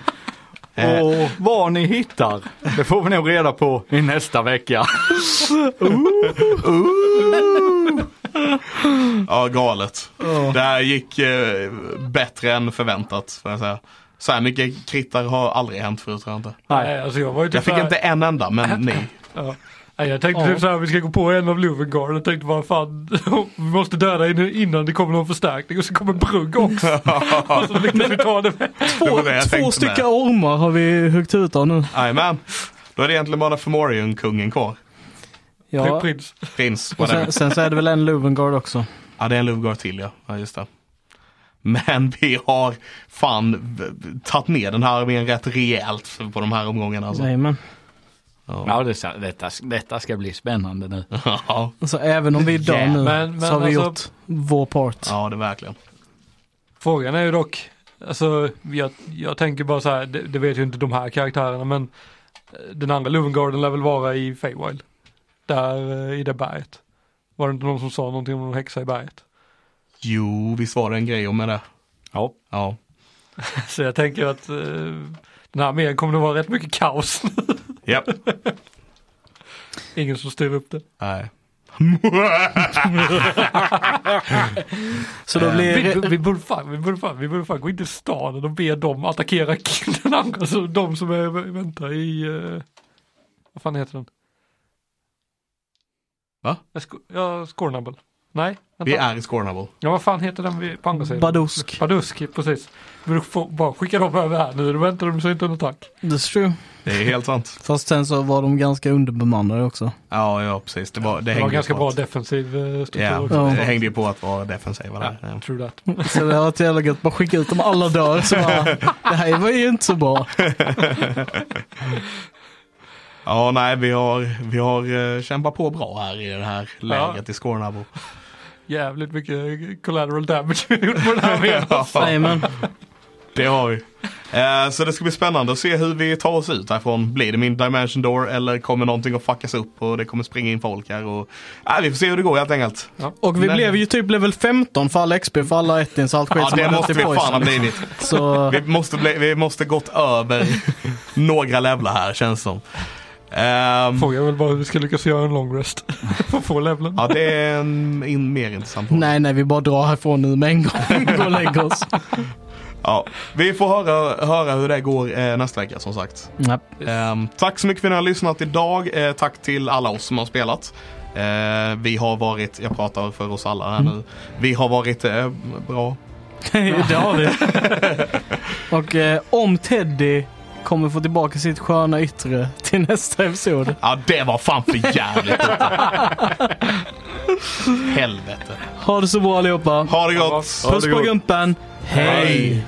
S1: Eh,
S4: Och vad ni hittar, det får vi nog reda på i nästa vecka.
S1: Ja, galet. Det här gick eh, bättre än förväntat. Får jag säga. Så här mycket krittar har aldrig hänt förut tror jag inte.
S3: Nej, alltså jag var ju typ
S1: Jag fick
S3: såhär-
S1: inte en enda, men ni.
S3: Ja. Nej, jag tänkte
S2: Ja.
S3: typ såhär, vi ska gå på en av Lovengarden. Jag tänkte bara fan, vi måste döda in- innan det kommer någon förstärkning. Och så kommer Brugg också. och så lyckas vi ta det med.
S1: Det
S2: Två,
S1: var det jag
S2: två
S1: tänkte
S2: stycken
S1: med.
S2: ormar har vi huggit ut av nu.
S1: Jajamän. Då är det egentligen bara Fomorion-kungen kvar.
S2: Ja.
S3: Prins.
S1: Prins,
S2: Och sen,
S1: whatever.
S2: sen så är det väl en Lovengard också.
S1: Ja, det är en Luvgard till ja. ja just det. Men vi har fan v- tagit ner den här armén rätt rejält på de här omgångarna. Alltså.
S2: Jajamän.
S1: Ja.
S5: Ja, det, ska- detta, detta ska bli spännande nu.
S1: Ja.
S2: Så även om vi dör
S1: Yeah.
S2: nu
S3: Men- men
S2: så har vi
S3: alltså-
S2: gjort vår part.
S1: ja, det är verkligen.
S3: Frågan är ju dock, alltså jag, jag tänker bara så här, det, det vet ju inte de här karaktärerna men eh, den andra Lovengarden lär väl vara i Feywild. Där eh, i det berget. Var det inte någon som sa någonting om någon häxa i berget?
S1: Jo, visst var det en grej om det?
S5: Ja.
S1: Ja.
S3: Så jag tänker att eh, den här armén kommer det vara rätt mycket kaos.
S1: Japp.
S3: Ingen som styr upp det.
S1: Nej.
S2: Så då
S1: Eh,
S3: Vi,
S2: blir
S3: vi, borde fan, vi, borde fan, vi borde fan gå in till staden och be dem attackera den andra, så de som är, väntar i, eh, vad fan heter den?
S1: Va?
S3: Jag sko- Ja, Scornable. Nej,
S1: Vi
S3: vänta.
S1: är i Scornable.
S3: Ja, vad fan heter den vid- på andra sidan?
S2: Badusk.
S3: Baduski, precis. Vi får bara skicka dem över här nu, då väntar de sig inte en attack.
S2: That's true.
S1: Det är helt sant.
S2: Fast sen så var de ganska underbemannade också.
S1: Ja, ja precis. Det, var, det,
S3: Det
S1: hängde
S3: var
S1: ju
S3: ganska
S1: på
S3: bra
S1: att,
S3: defensiv eh, struktur
S1: Ja,
S3: också.
S1: det hängde ju på att vara defensiva där. Ja.
S3: True that.
S2: Så det har varit jävla gött. Bara skicka ut dem alla dör. Så bara, det här var ju inte så bra.
S1: ja, nej, vi har, vi har eh, kämpat på bra här i det här läget i Scornable.
S3: Jävligt mycket collateral damage vi har gjort på den här armén.
S2: Jajamän.
S1: Det har vi. Eh, så det ska bli spännande att se hur vi tar oss ut härifrån. Blir det min dimension door eller kommer någonting att fuckas upp och det kommer springa in folk här? Och... Nej, vi får se hur det går helt enkelt.
S2: Och vi
S1: Nej.
S2: blev ju typ level 15 för alla XP, för alla ettins och allt skit
S1: Ja,
S2: som
S1: det
S2: hade
S1: måste
S2: till
S1: vi
S2: poison,
S1: fan ha
S2: liksom.
S1: blivit.
S2: Så
S1: Vi måste, bli, vi måste gått över några levlar här känns som. Ehm,
S3: Frågan är väl bara hur vi ska lyckas göra en long rest. För att få levlen.
S1: ja, det är en in, mer intressant fråga.
S2: nej, nej, vi bara drar härifrån nu med en gång. Gå och lägg oss.
S1: Ja, Vi får höra, höra hur det går eh, nästa vecka som sagt.
S2: Ja.
S1: Ehm, tack så mycket för att ni har lyssnat idag. Eh, tack till alla oss som har spelat. Eh, vi har varit, jag pratar för oss alla här nu. Vi har varit eh, bra.
S2: det har vi. Och eh, om Teddy kommer få tillbaka sitt sköna yttre till nästa episod.
S1: Ja, det var fan för jävligt. Helvete.
S2: Ha det så bra allihopa.
S1: Ha det gott.
S2: Puss på gumpen. Hej.